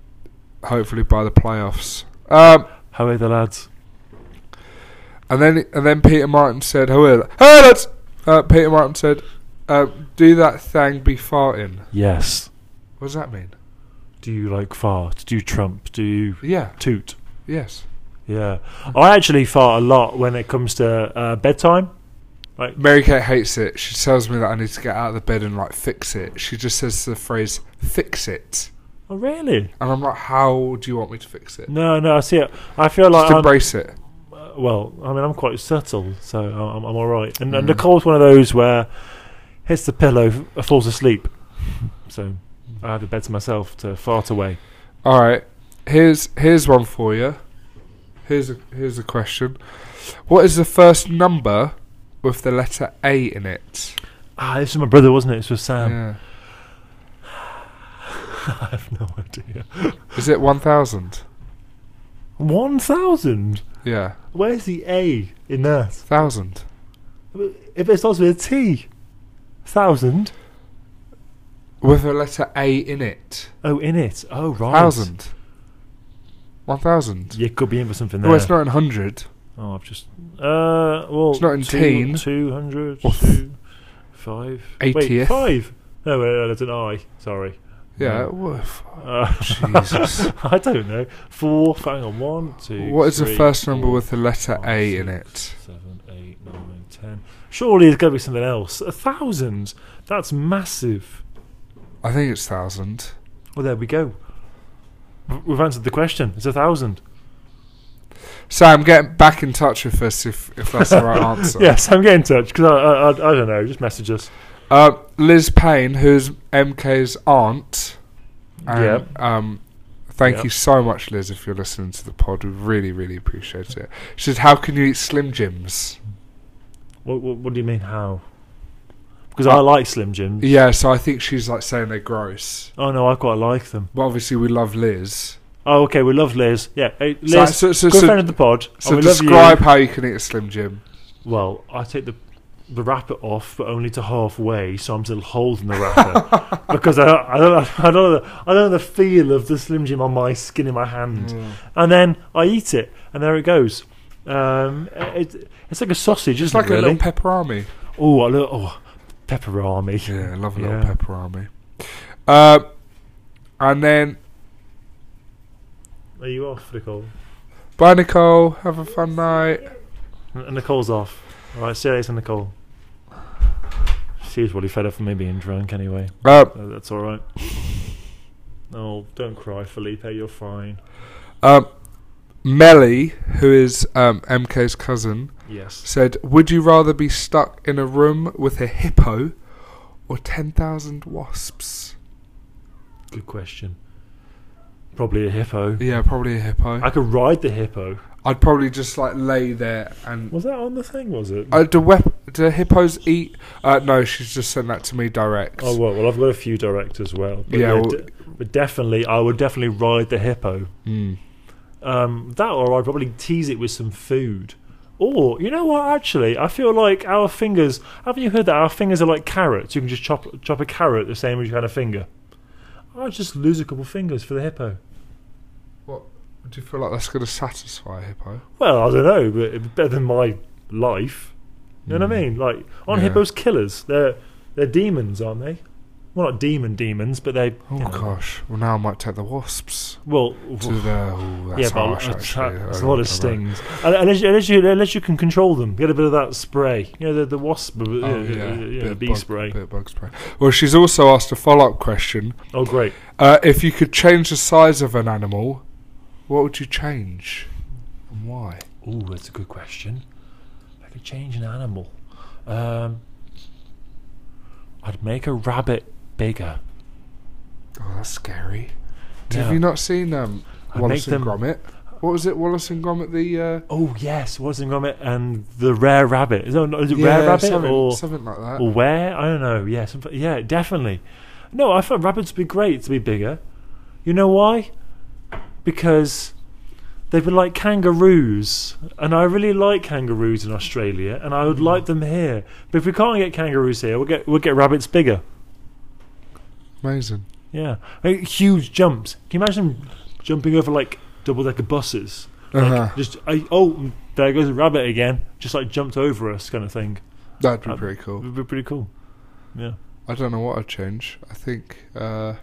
[SPEAKER 1] hopefully by the playoffs. Um,
[SPEAKER 2] How are the lads?
[SPEAKER 1] and then and then Peter Martin said, "Hello, hey, lads." Uh, Peter Martin said, uh, "Do that thing be farting."
[SPEAKER 2] Yes.
[SPEAKER 1] What does that mean?
[SPEAKER 2] Do you like fart? Do you trump? Do you
[SPEAKER 1] Yeah.
[SPEAKER 2] toot?
[SPEAKER 1] Yes.
[SPEAKER 2] Yeah, I actually fart a lot when it comes to uh, bedtime.
[SPEAKER 1] Mary Kate hates it. She tells me that I need to get out of the bed and like fix it. She just says the phrase "fix it,"
[SPEAKER 2] Oh, really?
[SPEAKER 1] and I'm like, "How do you want me to fix it?
[SPEAKER 2] No, no, I see it. I feel like um,
[SPEAKER 1] Just
[SPEAKER 2] I'm,
[SPEAKER 1] embrace it."
[SPEAKER 2] uh, well, I mean, I'm quite subtle, so I- I'm, I'm all right. And,
[SPEAKER 1] Mm.
[SPEAKER 2] and Nicole's one of those where hits the pillow, f- falls asleep. So I had the bed to myself to fart away.
[SPEAKER 1] All right, here's here's one for you. Here's a here's a question. What is the first number with the letter A in it?
[SPEAKER 2] Ah, this was my brother, wasn't it? This was Sam.
[SPEAKER 1] yeah.
[SPEAKER 2] I have no idea.
[SPEAKER 1] Is it one thousand?
[SPEAKER 2] One thousand.
[SPEAKER 1] Yeah,
[SPEAKER 2] Where's the A in that?
[SPEAKER 1] thousand.
[SPEAKER 2] If it starts with a T, thousand.
[SPEAKER 1] With the letter A in it.
[SPEAKER 2] Oh, in it. Oh, right.
[SPEAKER 1] Thousand. One thousand.
[SPEAKER 2] You could be in for something there.
[SPEAKER 1] No, it's not in hundred.
[SPEAKER 2] Oh, I've just. Uh, well,
[SPEAKER 1] It's not in
[SPEAKER 2] two-
[SPEAKER 1] teen.
[SPEAKER 2] 200,
[SPEAKER 1] Or
[SPEAKER 2] two, five. Wait,
[SPEAKER 1] eightieth.
[SPEAKER 2] five. No, wait, no, that's an I. Sorry.
[SPEAKER 1] Yeah. woof.
[SPEAKER 2] Uh,
[SPEAKER 1] Jesus.
[SPEAKER 2] I don't know. Four. Hang on. One, two.
[SPEAKER 1] What is the
[SPEAKER 2] three,
[SPEAKER 1] first number
[SPEAKER 2] four,
[SPEAKER 1] with the letter
[SPEAKER 2] five,
[SPEAKER 1] A in
[SPEAKER 2] six,
[SPEAKER 1] it?
[SPEAKER 2] Seven, eight, nine, ten. Surely there's got to be something else. A thousand. That's massive.
[SPEAKER 1] I think it's thousand.
[SPEAKER 2] Well, there we go. W- We've answered the question. It's a thousand.
[SPEAKER 1] Sam, get back in touch with us if, if that's the right answer.
[SPEAKER 2] Yes, I'm getting in touch because I, I, I, I don't know. Just message us.
[SPEAKER 1] Uh, Liz Payne, who's MK's aunt. And,
[SPEAKER 2] Yep.
[SPEAKER 1] Um, thank
[SPEAKER 2] Yep.
[SPEAKER 1] you so much, Liz, if you're listening to the pod. We really, really appreciate it. She says, How can you eat Slim Jims?
[SPEAKER 2] What, what, what do you mean? How? Because I like Slim Jims.
[SPEAKER 1] Uh, Yeah, so I think she's like saying they're gross.
[SPEAKER 2] Oh no, I quite like them.
[SPEAKER 1] But obviously, we love Liz.
[SPEAKER 2] Oh, okay, we love Liz. Yeah, hey, Liz,
[SPEAKER 1] So- so, so,
[SPEAKER 2] good
[SPEAKER 1] so,
[SPEAKER 2] friend of the pod.
[SPEAKER 1] so
[SPEAKER 2] and Oh, we
[SPEAKER 1] describe
[SPEAKER 2] Love
[SPEAKER 1] how you can eat a Slim Jim.
[SPEAKER 2] you. Well, I take the the wrapper off, but only to halfway, so I'm still holding the wrapper because I, I don't, I don't, know the, I don't know the feel of the Slim Jim on my skin in my hand,
[SPEAKER 1] Mm.
[SPEAKER 2] and then I eat it, and there it goes. Um, it, it's like a sausage,
[SPEAKER 1] Just
[SPEAKER 2] isn't
[SPEAKER 1] like
[SPEAKER 2] it?
[SPEAKER 1] a
[SPEAKER 2] Really?
[SPEAKER 1] little pepperami.
[SPEAKER 2] oh, a little oh, pepperami.
[SPEAKER 1] Yeah, I love a
[SPEAKER 2] Yeah.
[SPEAKER 1] little pepperami. Uh, and then,
[SPEAKER 2] Are you off, Nicole?
[SPEAKER 1] bye, Nicole. Have a fun night.
[SPEAKER 2] N- Nicole's off. All right, see you later, Nicole. She's really fed up for me being drunk anyway.
[SPEAKER 1] Uh,
[SPEAKER 2] Uh, that's all right. Oh, don't cry, Felipe. You're fine.
[SPEAKER 1] um, Melly, who is um, MK's cousin,
[SPEAKER 2] Yes.
[SPEAKER 1] said, Would you rather be stuck in a room with a hippo or 10,000 wasps?
[SPEAKER 2] Good question. Probably a hippo.
[SPEAKER 1] Yeah, probably a hippo.
[SPEAKER 2] I could ride the hippo.
[SPEAKER 1] I'd probably just like lay there and.
[SPEAKER 2] Was that on the thing? Was it?
[SPEAKER 1] Uh, do, wep- do hippos eat? Uh, no, she's just sent that to me direct.
[SPEAKER 2] oh well, well, I've got a few direct as well. But
[SPEAKER 1] Yeah, well-
[SPEAKER 2] de- but definitely, I would definitely ride the hippo.
[SPEAKER 1] Mm.
[SPEAKER 2] Um, that or I'd probably tease it with some food. Or you know what? Actually, I feel like our fingers. Haven't you heard that our fingers are like carrots? You can just chop chop a carrot the same as you had a finger. I'd just lose a couple fingers for the hippo.
[SPEAKER 1] What do you feel like that's going to satisfy a hippo?
[SPEAKER 2] Well, I don't know, but it'd be better than my life. You know what I mean? Like, aren't
[SPEAKER 1] Hmm. Yeah.
[SPEAKER 2] hippos killers? They're they're demons, aren't they? Well, not demon demons, but they.
[SPEAKER 1] Oh
[SPEAKER 2] you know,
[SPEAKER 1] gosh! Well, now I might take the wasps
[SPEAKER 2] Well,
[SPEAKER 1] to the. Oh, that's
[SPEAKER 2] yeah,
[SPEAKER 1] harsh,
[SPEAKER 2] but it's,
[SPEAKER 1] actually.
[SPEAKER 2] it's
[SPEAKER 1] I
[SPEAKER 2] a
[SPEAKER 1] don't
[SPEAKER 2] lot of
[SPEAKER 1] know.
[SPEAKER 2] stings. And- Unless, you- unless you unless you can control them, get a bit of that spray. You know, the the wasp, uh,
[SPEAKER 1] Oh,
[SPEAKER 2] uh,
[SPEAKER 1] yeah,
[SPEAKER 2] uh, you know,
[SPEAKER 1] bit
[SPEAKER 2] bee
[SPEAKER 1] bug,
[SPEAKER 2] spray.
[SPEAKER 1] Bit bug spray. Well, she's also asked a follow-up question.
[SPEAKER 2] Oh, great!
[SPEAKER 1] Uh, if you could change the size of an animal, what would you change, and why?
[SPEAKER 2] Ooh, that's a good question. If I could change an animal, um, I'd make a rabbit bigger.
[SPEAKER 1] Oh, that's scary. Have
[SPEAKER 2] Yeah.
[SPEAKER 1] you not seen um,
[SPEAKER 2] I'd
[SPEAKER 1] Wallace
[SPEAKER 2] make
[SPEAKER 1] and
[SPEAKER 2] them-
[SPEAKER 1] Gromit? What was it, Wallace and Gromit? The uh,
[SPEAKER 2] Oh yes, Wallace and Gromit and the rare rabbit. Is, that, is it rare
[SPEAKER 1] yeah,
[SPEAKER 2] rabbit
[SPEAKER 1] something,
[SPEAKER 2] or
[SPEAKER 1] something like that.
[SPEAKER 2] or where? Oh, I don't know. Yeah, some, yeah, definitely. No, I thought rabbits would be great to be bigger. You know why? Because they've been like kangaroos, and I really like kangaroos in Australia, and I would like them here. But if we can't get kangaroos here, we'll get we'll get rabbits bigger.
[SPEAKER 1] Amazing.
[SPEAKER 2] Yeah, Like, huge jumps. Can you imagine jumping over like double decker buses? Like,
[SPEAKER 1] Uh-huh.
[SPEAKER 2] Just I, oh, there goes a rabbit again. Just like jumped over us, kind of thing.
[SPEAKER 1] That'd be
[SPEAKER 2] I'd-
[SPEAKER 1] pretty cool.
[SPEAKER 2] It would be pretty cool. Yeah.
[SPEAKER 1] I don't know what I'd change. I think uh,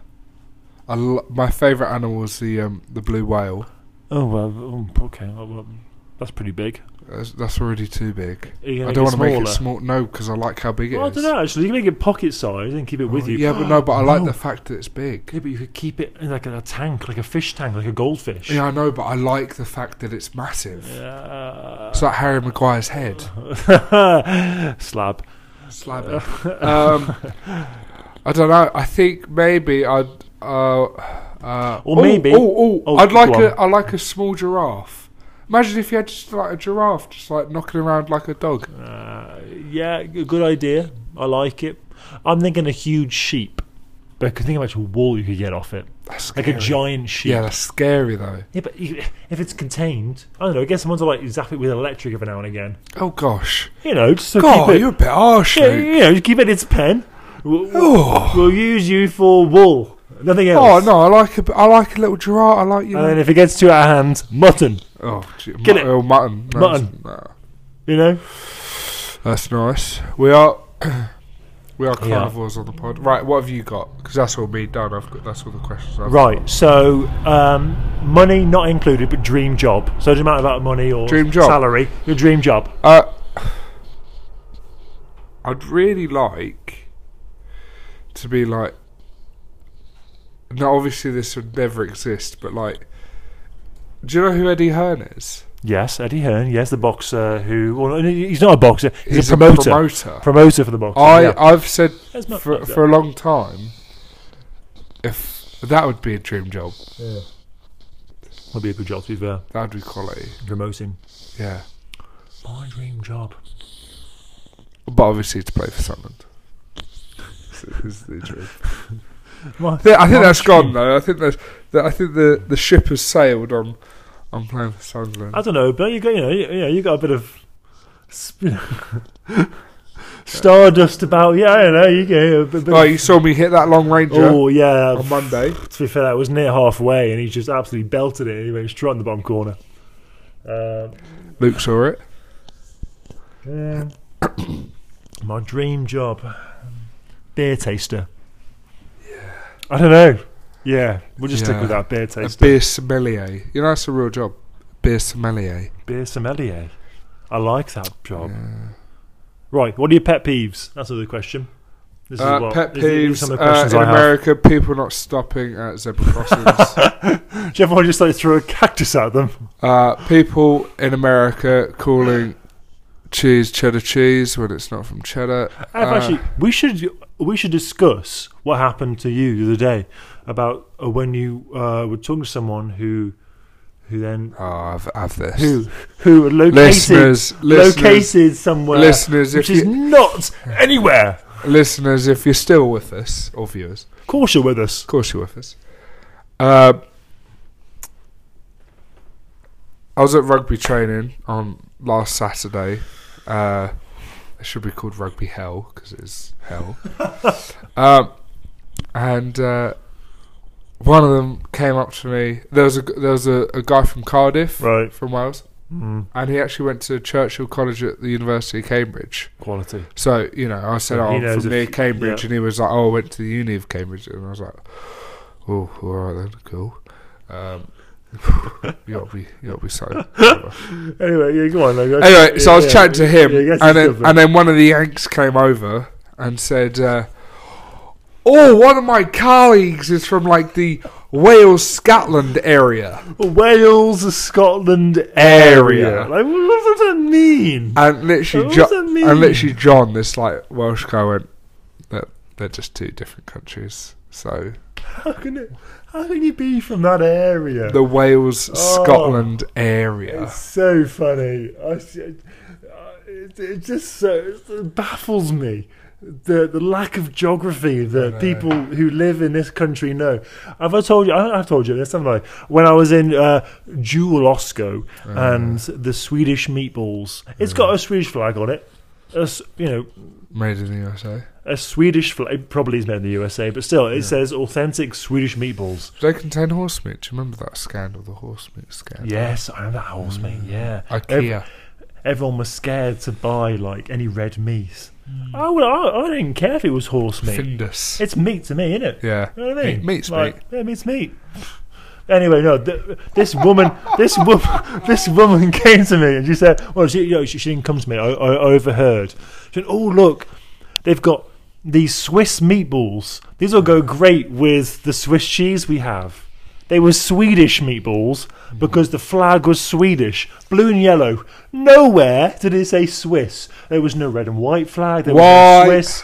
[SPEAKER 1] I l- my favourite animal is the um, the blue whale.
[SPEAKER 2] Oh well, um, okay. Well, well, that's pretty big.
[SPEAKER 1] That's, that's already too big.
[SPEAKER 2] Are you
[SPEAKER 1] I
[SPEAKER 2] gonna
[SPEAKER 1] don't
[SPEAKER 2] make
[SPEAKER 1] want to make it small.
[SPEAKER 2] smaller?
[SPEAKER 1] No, because I like how big it is.
[SPEAKER 2] Well, I don't know. Actually, you can make it pocket size and keep it with
[SPEAKER 1] Oh,
[SPEAKER 2] you.
[SPEAKER 1] Yeah, but no, but I like
[SPEAKER 2] No.
[SPEAKER 1] the fact that it's big.
[SPEAKER 2] Yeah, but you could keep it in like a tank, like a fish tank, like a goldfish.
[SPEAKER 1] Yeah, I know, but I like the fact that it's massive.
[SPEAKER 2] Yeah.
[SPEAKER 1] It's like Harry Maguire's head.
[SPEAKER 2] Slab.
[SPEAKER 1] Slab it. Um, I don't know. I think maybe I'd. Uh, uh,
[SPEAKER 2] Or
[SPEAKER 1] ooh,
[SPEAKER 2] maybe-
[SPEAKER 1] ooh, ooh,
[SPEAKER 2] oh,
[SPEAKER 1] I'd like
[SPEAKER 2] go
[SPEAKER 1] a. I like a small giraffe. Imagine if you had just like a giraffe, just like knocking around like a dog.
[SPEAKER 2] Uh, yeah, g- good idea. I like it. I'm thinking a huge sheep. But think how much wool you could get off it.
[SPEAKER 1] That's
[SPEAKER 2] Like
[SPEAKER 1] scary.
[SPEAKER 2] a giant sheep.
[SPEAKER 1] Yeah, that's scary though.
[SPEAKER 2] Yeah, but you- if it's contained, I don't know. I guess someone's like zap it with electric every now and again.
[SPEAKER 1] Oh gosh.
[SPEAKER 2] You know, just to
[SPEAKER 1] God,
[SPEAKER 2] keep it.
[SPEAKER 1] you're a bit harsh.
[SPEAKER 2] Yeah,
[SPEAKER 1] Luke.
[SPEAKER 2] you know, just keep it its pen. We'll, we'll-
[SPEAKER 1] Oh.
[SPEAKER 2] we'll use you for wool. Nothing
[SPEAKER 1] Oh
[SPEAKER 2] else.
[SPEAKER 1] no, I like a, I like a little giraffe. I like you.
[SPEAKER 2] And then if it gets too out of hand, mutton.
[SPEAKER 1] oh, gee,
[SPEAKER 2] Get
[SPEAKER 1] mu-
[SPEAKER 2] it.
[SPEAKER 1] oh, mutton. No,
[SPEAKER 2] Mutton.
[SPEAKER 1] it's- no.
[SPEAKER 2] You know.
[SPEAKER 1] That's nice. We are we are
[SPEAKER 2] We are.
[SPEAKER 1] carnivores on the pod. Right, what have you got? Because that's all me done. I've got that's all the questions. I've
[SPEAKER 2] Right. So um, money not included, but dream job. So it doesn't matter about money or
[SPEAKER 1] Dream job.
[SPEAKER 2] salary. Your dream job.
[SPEAKER 1] got. Uh, I'd really like to be like. Now, obviously, this would never exist, but like, do you know who Eddie Hearn is?
[SPEAKER 2] Yes, Eddie Hearn. Yes, the boxer who. Well, he's not a boxer. He's,
[SPEAKER 1] He's
[SPEAKER 2] a promoter.
[SPEAKER 1] promoter.
[SPEAKER 2] promoter for the boxer.
[SPEAKER 1] I
[SPEAKER 2] yeah.
[SPEAKER 1] I've said
[SPEAKER 2] That's not
[SPEAKER 1] for,
[SPEAKER 2] bad,
[SPEAKER 1] for a long time. If that would be a dream job,
[SPEAKER 2] Would be a good job to be fair.
[SPEAKER 1] that would be quality.
[SPEAKER 2] Promoting.
[SPEAKER 1] Yeah,
[SPEAKER 2] My dream job.
[SPEAKER 1] but obviously to play for Sunderland. Is the dream.
[SPEAKER 2] My,
[SPEAKER 1] I think, I think
[SPEAKER 2] my
[SPEAKER 1] that's
[SPEAKER 2] dream.
[SPEAKER 1] gone though. I think that's, that. I think the, the ship has sailed on on playing for Sunderland.
[SPEAKER 2] I don't know, but you got you know you, you know, you got a bit of sp- stardust about. Yeah, I don't know. You get a bit. bit
[SPEAKER 1] Oh,
[SPEAKER 2] of,
[SPEAKER 1] you saw me hit that long ranger
[SPEAKER 2] oh yeah.
[SPEAKER 1] on Monday.
[SPEAKER 2] To be fair, that was near halfway, and he just absolutely belted it. He went straight on the bottom corner. Um,
[SPEAKER 1] Luke saw it.
[SPEAKER 2] yeah. my dream job, beer taster. Yeah. I don't know. Yeah, we'll just stick
[SPEAKER 1] Yeah.
[SPEAKER 2] with that beer
[SPEAKER 1] A
[SPEAKER 2] taster.
[SPEAKER 1] beer sommelier. You know that's a real job. Beer sommelier.
[SPEAKER 2] beer sommelier. I like that job. Right, what are your pet peeves? That's another question. This
[SPEAKER 1] Uh,
[SPEAKER 2] what-
[SPEAKER 1] pet
[SPEAKER 2] this is- these are
[SPEAKER 1] peeves
[SPEAKER 2] some of the
[SPEAKER 1] uh,
[SPEAKER 2] questions
[SPEAKER 1] in
[SPEAKER 2] I have.
[SPEAKER 1] America: people not stopping at zebra crossings.
[SPEAKER 2] Do you ever want to just like throw a cactus at them?
[SPEAKER 1] uh, people in America calling cheese cheddar cheese when it's not from cheddar.
[SPEAKER 2] I've
[SPEAKER 1] Uh,
[SPEAKER 2] actually, we should we should discuss what happened to you the other day about uh, when you uh, were talking to someone who who then
[SPEAKER 1] Oh, I've, I've this.
[SPEAKER 2] who who were located
[SPEAKER 1] Listeners, listeners,
[SPEAKER 2] located somewhere
[SPEAKER 1] listeners, if
[SPEAKER 2] which is
[SPEAKER 1] you,
[SPEAKER 2] not anywhere.
[SPEAKER 1] listeners, if you're still with us or viewers,
[SPEAKER 2] Of course, you're with us.
[SPEAKER 1] of course you're with us. Uh, I was at rugby training on last Saturday. Uh, it should be called rugby hell because it is hell. um, and uh, one of them came up to me. There was a there was a, a guy from Cardiff,
[SPEAKER 2] Right.
[SPEAKER 1] from Wales,
[SPEAKER 2] Mm,
[SPEAKER 1] and he actually went to Churchill College at the University of Cambridge.
[SPEAKER 2] quality.
[SPEAKER 1] So you know, I said,
[SPEAKER 2] He
[SPEAKER 1] "Oh, I'm
[SPEAKER 2] knows
[SPEAKER 1] from
[SPEAKER 2] a
[SPEAKER 1] near
[SPEAKER 2] f-
[SPEAKER 1] Cambridge,"
[SPEAKER 2] yeah.
[SPEAKER 1] and he was like, "Oh, I went to the Uni of Cambridge," and I was like, "Oh, all right then, cool." Um, you gotta be, you gotta be sorry.
[SPEAKER 2] Anyway, yeah, go on. like, that's-
[SPEAKER 1] anyway, so I was
[SPEAKER 2] yeah,
[SPEAKER 1] chatting to him,
[SPEAKER 2] yeah, I
[SPEAKER 1] and
[SPEAKER 2] guess it's
[SPEAKER 1] then
[SPEAKER 2] different.
[SPEAKER 1] and then one of the Yanks came over and said, uh, "Oh, one of my colleagues is from like the Wales Scotland area,"
[SPEAKER 2] Wales, Scotland
[SPEAKER 1] Area.
[SPEAKER 2] area. Like, what does that mean?
[SPEAKER 1] and literally,
[SPEAKER 2] What
[SPEAKER 1] jo-
[SPEAKER 2] does that mean?
[SPEAKER 1] and literally, John, this like Welsh guy went, "That they're just two different countries." So
[SPEAKER 2] How can it? How can you be from that area?
[SPEAKER 1] the Wales
[SPEAKER 2] Oh.
[SPEAKER 1] Scotland area.
[SPEAKER 2] It's so funny. I, s- uh, it, it just so it baffles me the the lack of geography that people who live in this country know. Have I told you? I, I've told you this, haven't I? When I was in uh, Jewel Osco
[SPEAKER 1] Uh-huh. Uh,
[SPEAKER 2] and the Swedish meatballs, it's got a Swedish flag on it. A s you know,
[SPEAKER 1] Made in the USA.
[SPEAKER 2] a Swedish flag it probably is made in the USA, but still, it says authentic Swedish meatballs.
[SPEAKER 1] Do they contain horse meat? Do you remember that scandal, the horse meat scandal?
[SPEAKER 2] Yes, I remember that horse meat. Yeah, Ev-
[SPEAKER 1] IKEA.
[SPEAKER 2] everyone was scared to buy like any red meat. I, would, Mm. Oh, I, I didn't care if it was horse meat.
[SPEAKER 1] Findus.
[SPEAKER 2] It's meat to me, isn't it?
[SPEAKER 1] yeah.
[SPEAKER 2] You know what I mean?
[SPEAKER 1] Meat- Meat's
[SPEAKER 2] Like,
[SPEAKER 1] meat.
[SPEAKER 2] Yeah, meat's meat. Anyway, no, th- this woman, this woman, this woman came to me and she said, "Well, she, you know, she, she didn't come to me. I, I overheard. She said, "Oh, look, they've got these Swiss meatballs. These will go great with the Swiss cheese we have." They were Swedish meatballs
[SPEAKER 1] Mm-hmm.
[SPEAKER 2] because the flag was Swedish, blue and yellow. Nowhere did it say Swiss. There was no red and white flag. There was
[SPEAKER 1] Why?
[SPEAKER 2] no Swiss.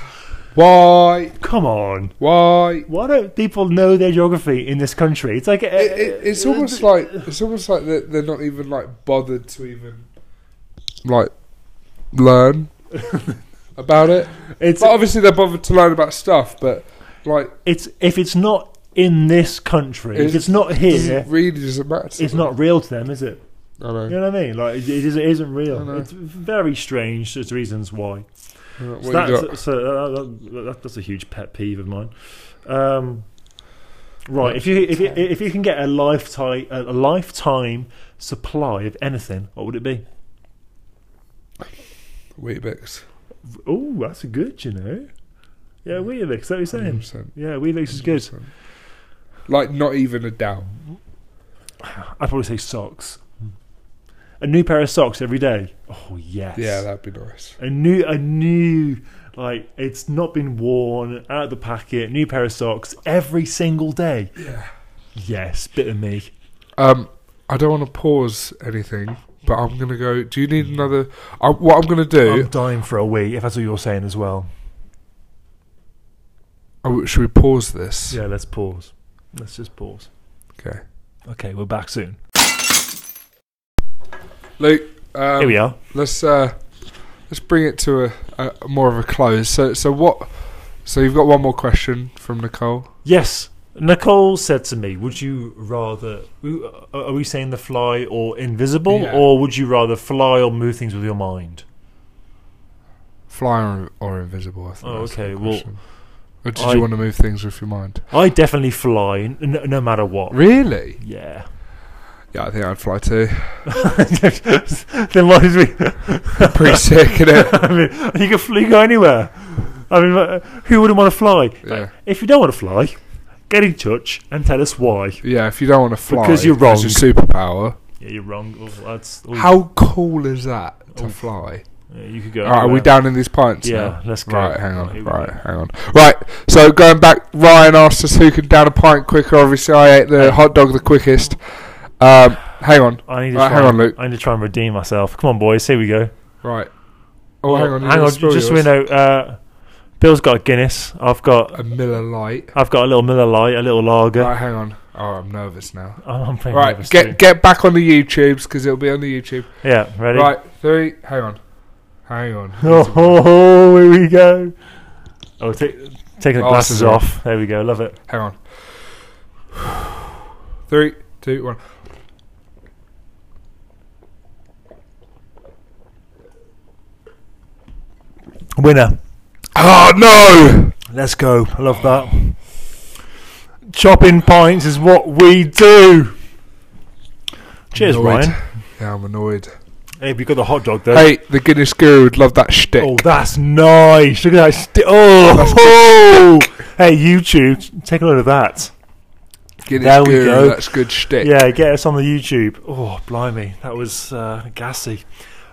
[SPEAKER 1] Why?
[SPEAKER 2] Come on.
[SPEAKER 1] Why?
[SPEAKER 2] Why don't people know their geography in this country? It's like uh,
[SPEAKER 1] It, it, it's almost like it's almost like they're, they're not even like bothered to even like learn about it.
[SPEAKER 2] it's
[SPEAKER 1] But obviously they're bothered to learn about stuff, but like
[SPEAKER 2] it's if it's not in this country, if
[SPEAKER 1] It's-
[SPEAKER 2] it's not
[SPEAKER 1] it
[SPEAKER 2] here,
[SPEAKER 1] doesn't really doesn't matter. to
[SPEAKER 2] it's
[SPEAKER 1] them.
[SPEAKER 2] not real to them, is it?
[SPEAKER 1] I know.
[SPEAKER 2] You know what I mean? Like it, it, is, it isn't
[SPEAKER 1] I know.
[SPEAKER 2] real. It's very strange. There's reasons why.
[SPEAKER 1] Uh, what
[SPEAKER 2] So
[SPEAKER 1] you got?
[SPEAKER 2] that's, so that, that, that- that's a huge pet peeve of mine. Um, right, if you if you, if you can get a lifetime a lifetime supply of anything, what would it be?
[SPEAKER 1] Weetabix.
[SPEAKER 2] Oh, that's a good, you know. Yeah, Weetabix, is that what you're saying?
[SPEAKER 1] 100%.
[SPEAKER 2] Yeah, Weetabix is good.
[SPEAKER 1] Like not even a doubt.
[SPEAKER 2] I'd probably say socks. A new pair of socks every day. Oh yes.
[SPEAKER 1] Yeah, that'd be nice.
[SPEAKER 2] a new a new like it's not been worn out of the packet. New pair of socks every single day.
[SPEAKER 1] Yeah.
[SPEAKER 2] Yes, bit of me.
[SPEAKER 1] Um, I don't want to pause anything, but I'm gonna go. Do you need another? I, what I'm gonna
[SPEAKER 2] I'm
[SPEAKER 1] do?
[SPEAKER 2] dying for a wee. If that's what you're saying as well.
[SPEAKER 1] oh, should we pause this?
[SPEAKER 2] Yeah, let's pause. Let's just pause.
[SPEAKER 1] Okay.
[SPEAKER 2] Okay, we're back soon.
[SPEAKER 1] Luke, um,
[SPEAKER 2] Here we are.
[SPEAKER 1] let's uh, let's bring it to a, a a more of a close. So, so what? So you've got one more question from Nicole.
[SPEAKER 2] Yes. Nicole said to me, "Would you rather? uh, Are we saying the fly or invisible,
[SPEAKER 1] Yeah.
[SPEAKER 2] or would you rather fly or move things with your mind?"
[SPEAKER 1] Fly or, or invisible? I think.
[SPEAKER 2] Oh,
[SPEAKER 1] that's
[SPEAKER 2] okay,
[SPEAKER 1] the
[SPEAKER 2] well,
[SPEAKER 1] question. or did
[SPEAKER 2] I-
[SPEAKER 1] you want to move things with your mind?
[SPEAKER 2] I definitely fly, n- no, no matter what.
[SPEAKER 1] Really?
[SPEAKER 2] Yeah.
[SPEAKER 1] Yeah, I think I'd fly too.
[SPEAKER 2] then why did we?
[SPEAKER 1] Pretty sick, innit?
[SPEAKER 2] I mean, you can fly, you go anywhere. I mean, uh, who wouldn't want to fly?
[SPEAKER 1] Yeah.
[SPEAKER 2] If you don't want to fly, get in touch and tell us why.
[SPEAKER 1] Yeah, if you don't want to fly
[SPEAKER 2] Because you're
[SPEAKER 1] It's a superpower.
[SPEAKER 2] Yeah, you're wrong. Oh, that's oh,
[SPEAKER 1] How cool is that to
[SPEAKER 2] Oof.
[SPEAKER 1] fly?
[SPEAKER 2] yeah, you could go.
[SPEAKER 1] All right, are we
[SPEAKER 2] anywhere.
[SPEAKER 1] down in these pints? now?
[SPEAKER 2] Yeah, let's go.
[SPEAKER 1] Right, hang
[SPEAKER 2] Here
[SPEAKER 1] on.
[SPEAKER 2] we
[SPEAKER 1] Right,
[SPEAKER 2] go.
[SPEAKER 1] hang on. Right, so going back, Ryan asked us who could down a pint quicker. Obviously, I ate the hot dog the quickest. Um, hang on.
[SPEAKER 2] I need to
[SPEAKER 1] Right,
[SPEAKER 2] try
[SPEAKER 1] hang
[SPEAKER 2] and-
[SPEAKER 1] on, Luke.
[SPEAKER 2] I need to try and redeem myself. Come on, boys. Here we go.
[SPEAKER 1] Right. Oh, hang on. you
[SPEAKER 2] Hang
[SPEAKER 1] wanna
[SPEAKER 2] on.
[SPEAKER 1] spill
[SPEAKER 2] Just so we
[SPEAKER 1] yours?
[SPEAKER 2] know, uh, Bill's got a Guinness. I've got
[SPEAKER 1] A Miller Light.
[SPEAKER 2] I've got a little Miller Lite, a little lager.
[SPEAKER 1] Right, hang on. Oh, I'm nervous now.
[SPEAKER 2] I'm, I'm pretty
[SPEAKER 1] Right,
[SPEAKER 2] nervous
[SPEAKER 1] get get back on the YouTubes because it'll be on the YouTube.
[SPEAKER 2] too. yeah, ready.
[SPEAKER 1] Right, three. Hang on. Hang on.
[SPEAKER 2] Oh, oh, oh, here we go. Oh, take, taking the
[SPEAKER 1] Oh,
[SPEAKER 2] glasses
[SPEAKER 1] sorry.
[SPEAKER 2] off. There we go. Love it.
[SPEAKER 1] Hang on. Three, two, one.
[SPEAKER 2] Winner.
[SPEAKER 1] Oh no!
[SPEAKER 2] Let's go. I love that. Chopping pints is what we do. Cheers,
[SPEAKER 1] Annoyed.
[SPEAKER 2] Ryan.
[SPEAKER 1] Yeah, I'm annoyed.
[SPEAKER 2] Hey, we got the hot dog though.
[SPEAKER 1] Hey, the Guinness Guru would love that shtick.
[SPEAKER 2] Oh, that's nice. Look at that. Sti- oh, oh. hey, YouTube, take a look at that.
[SPEAKER 1] Guinness
[SPEAKER 2] there we
[SPEAKER 1] Guru,
[SPEAKER 2] go.
[SPEAKER 1] that's good shtick.
[SPEAKER 2] Yeah, get us on the YouTube. Oh, blimey, that was uh, gassy.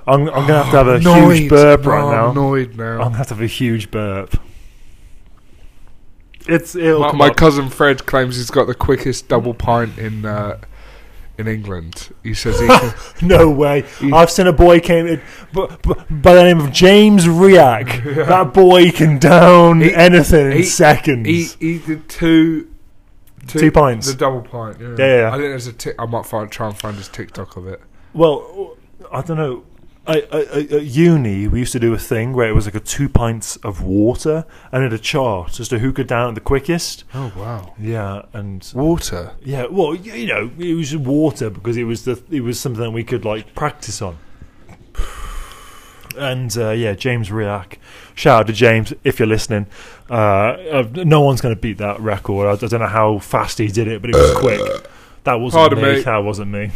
[SPEAKER 2] I'm, I'm gonna have to have a huge
[SPEAKER 1] Annoyed.
[SPEAKER 2] burp right
[SPEAKER 1] No,
[SPEAKER 2] now.
[SPEAKER 1] I'm annoyed now.
[SPEAKER 2] I'm gonna have to have Oh, a huge burp. It's it'll
[SPEAKER 1] my
[SPEAKER 2] come
[SPEAKER 1] my
[SPEAKER 2] up.
[SPEAKER 1] cousin Fred claims he's got the quickest double pint in uh, in England. He says he can,
[SPEAKER 2] No way.
[SPEAKER 1] You-
[SPEAKER 2] I've seen a boy came in, b- b- by the name of James Riak. That boy can down
[SPEAKER 1] He-
[SPEAKER 2] anything in
[SPEAKER 1] he-
[SPEAKER 2] seconds.
[SPEAKER 1] he he did two
[SPEAKER 2] Two pints.
[SPEAKER 1] The double pint. Yeah.
[SPEAKER 2] Yeah, yeah.
[SPEAKER 1] I think there's a tick. I might find try and find his TikTok of it.
[SPEAKER 2] well, I don't know. I, I, I, at uni, we used to do a thing where it was like a two pints of water and had a chart as to who could down it the quickest.
[SPEAKER 1] Oh wow!
[SPEAKER 2] Yeah, and
[SPEAKER 1] Water.
[SPEAKER 2] yeah, well, y- you know, it was water because it was the it was something we could like practice on. And uh, yeah, James Riak. Shout out to James if you're listening. Uh, uh, no one's going to beat that record. I, I don't know how fast he did it, but it was quick. That wasn't
[SPEAKER 1] Pardon
[SPEAKER 2] me.
[SPEAKER 1] me.
[SPEAKER 2] That wasn't me.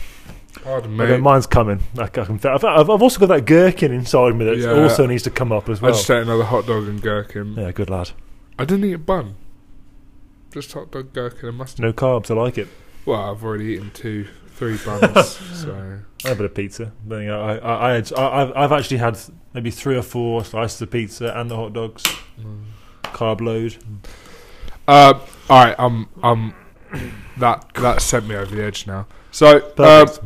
[SPEAKER 1] Pardon
[SPEAKER 2] But then
[SPEAKER 1] me.
[SPEAKER 2] mine's coming. I c- I can, I've, I've I've also got that gherkin inside me that
[SPEAKER 1] Yeah.
[SPEAKER 2] also needs to come up as
[SPEAKER 1] I
[SPEAKER 2] well.
[SPEAKER 1] just ate another hot dog and gherkin.
[SPEAKER 2] yeah, good lad.
[SPEAKER 1] I didn't eat a bun. Just hot dog, gherkin, and mustard.
[SPEAKER 2] No carbs. I like it.
[SPEAKER 1] Well, I've already eaten two, three buns, so
[SPEAKER 2] I had a bit of pizza. But, you know, I, I, I had, I, I've- I've actually had maybe three or four slices of pizza and the hot dogs.
[SPEAKER 1] Mm.
[SPEAKER 2] Carb load.
[SPEAKER 1] Uh, all right, um, um, that that sent me over the edge now. So, um,
[SPEAKER 2] Perfect.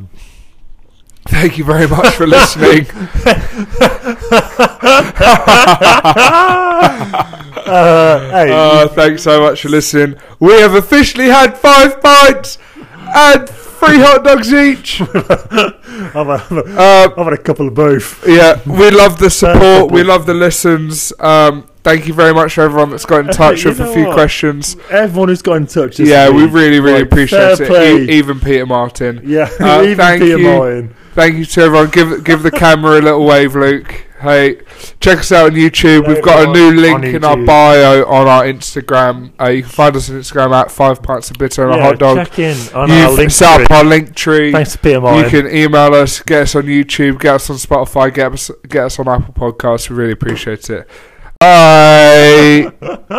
[SPEAKER 1] thank you very much for listening.
[SPEAKER 2] Uh, hey,
[SPEAKER 1] Uh, thanks so much for listening. We have officially had five pints and three hot dogs each.
[SPEAKER 2] I've, had, I've
[SPEAKER 1] Uh,
[SPEAKER 2] had a couple of both.
[SPEAKER 1] yeah, we love the support. We love the listens. Um, thank you very much for everyone that's got in touch
[SPEAKER 2] You
[SPEAKER 1] with a
[SPEAKER 2] know
[SPEAKER 1] few
[SPEAKER 2] what?
[SPEAKER 1] questions.
[SPEAKER 2] Everyone who's got in touch. this
[SPEAKER 1] Yeah, we
[SPEAKER 2] week.
[SPEAKER 1] really, really
[SPEAKER 2] Like,
[SPEAKER 1] appreciate
[SPEAKER 2] fair
[SPEAKER 1] it.
[SPEAKER 2] play.
[SPEAKER 1] E- even Peter Martin.
[SPEAKER 2] Yeah,
[SPEAKER 1] Uh,
[SPEAKER 2] even
[SPEAKER 1] thank
[SPEAKER 2] Peter
[SPEAKER 1] you.
[SPEAKER 2] Martin.
[SPEAKER 1] Thank you to everyone. Give give the camera a little wave, Luke. Hey, check us out on YouTube. We've got a new
[SPEAKER 2] Everyone
[SPEAKER 1] link
[SPEAKER 2] on
[SPEAKER 1] in our
[SPEAKER 2] YouTube.
[SPEAKER 1] bio on our Instagram. Uh, you can find us on Instagram at Five Pints of Bitter and a
[SPEAKER 2] yeah,
[SPEAKER 1] Hot Dog.
[SPEAKER 2] Check in on our
[SPEAKER 1] You've
[SPEAKER 2] link.
[SPEAKER 1] set
[SPEAKER 2] tree.
[SPEAKER 1] up our link tree.
[SPEAKER 2] Thanks to Peter Martin.
[SPEAKER 1] You can email us, get us on YouTube, get us on Spotify, get us get us on Apple Podcasts. We really appreciate it. Bye.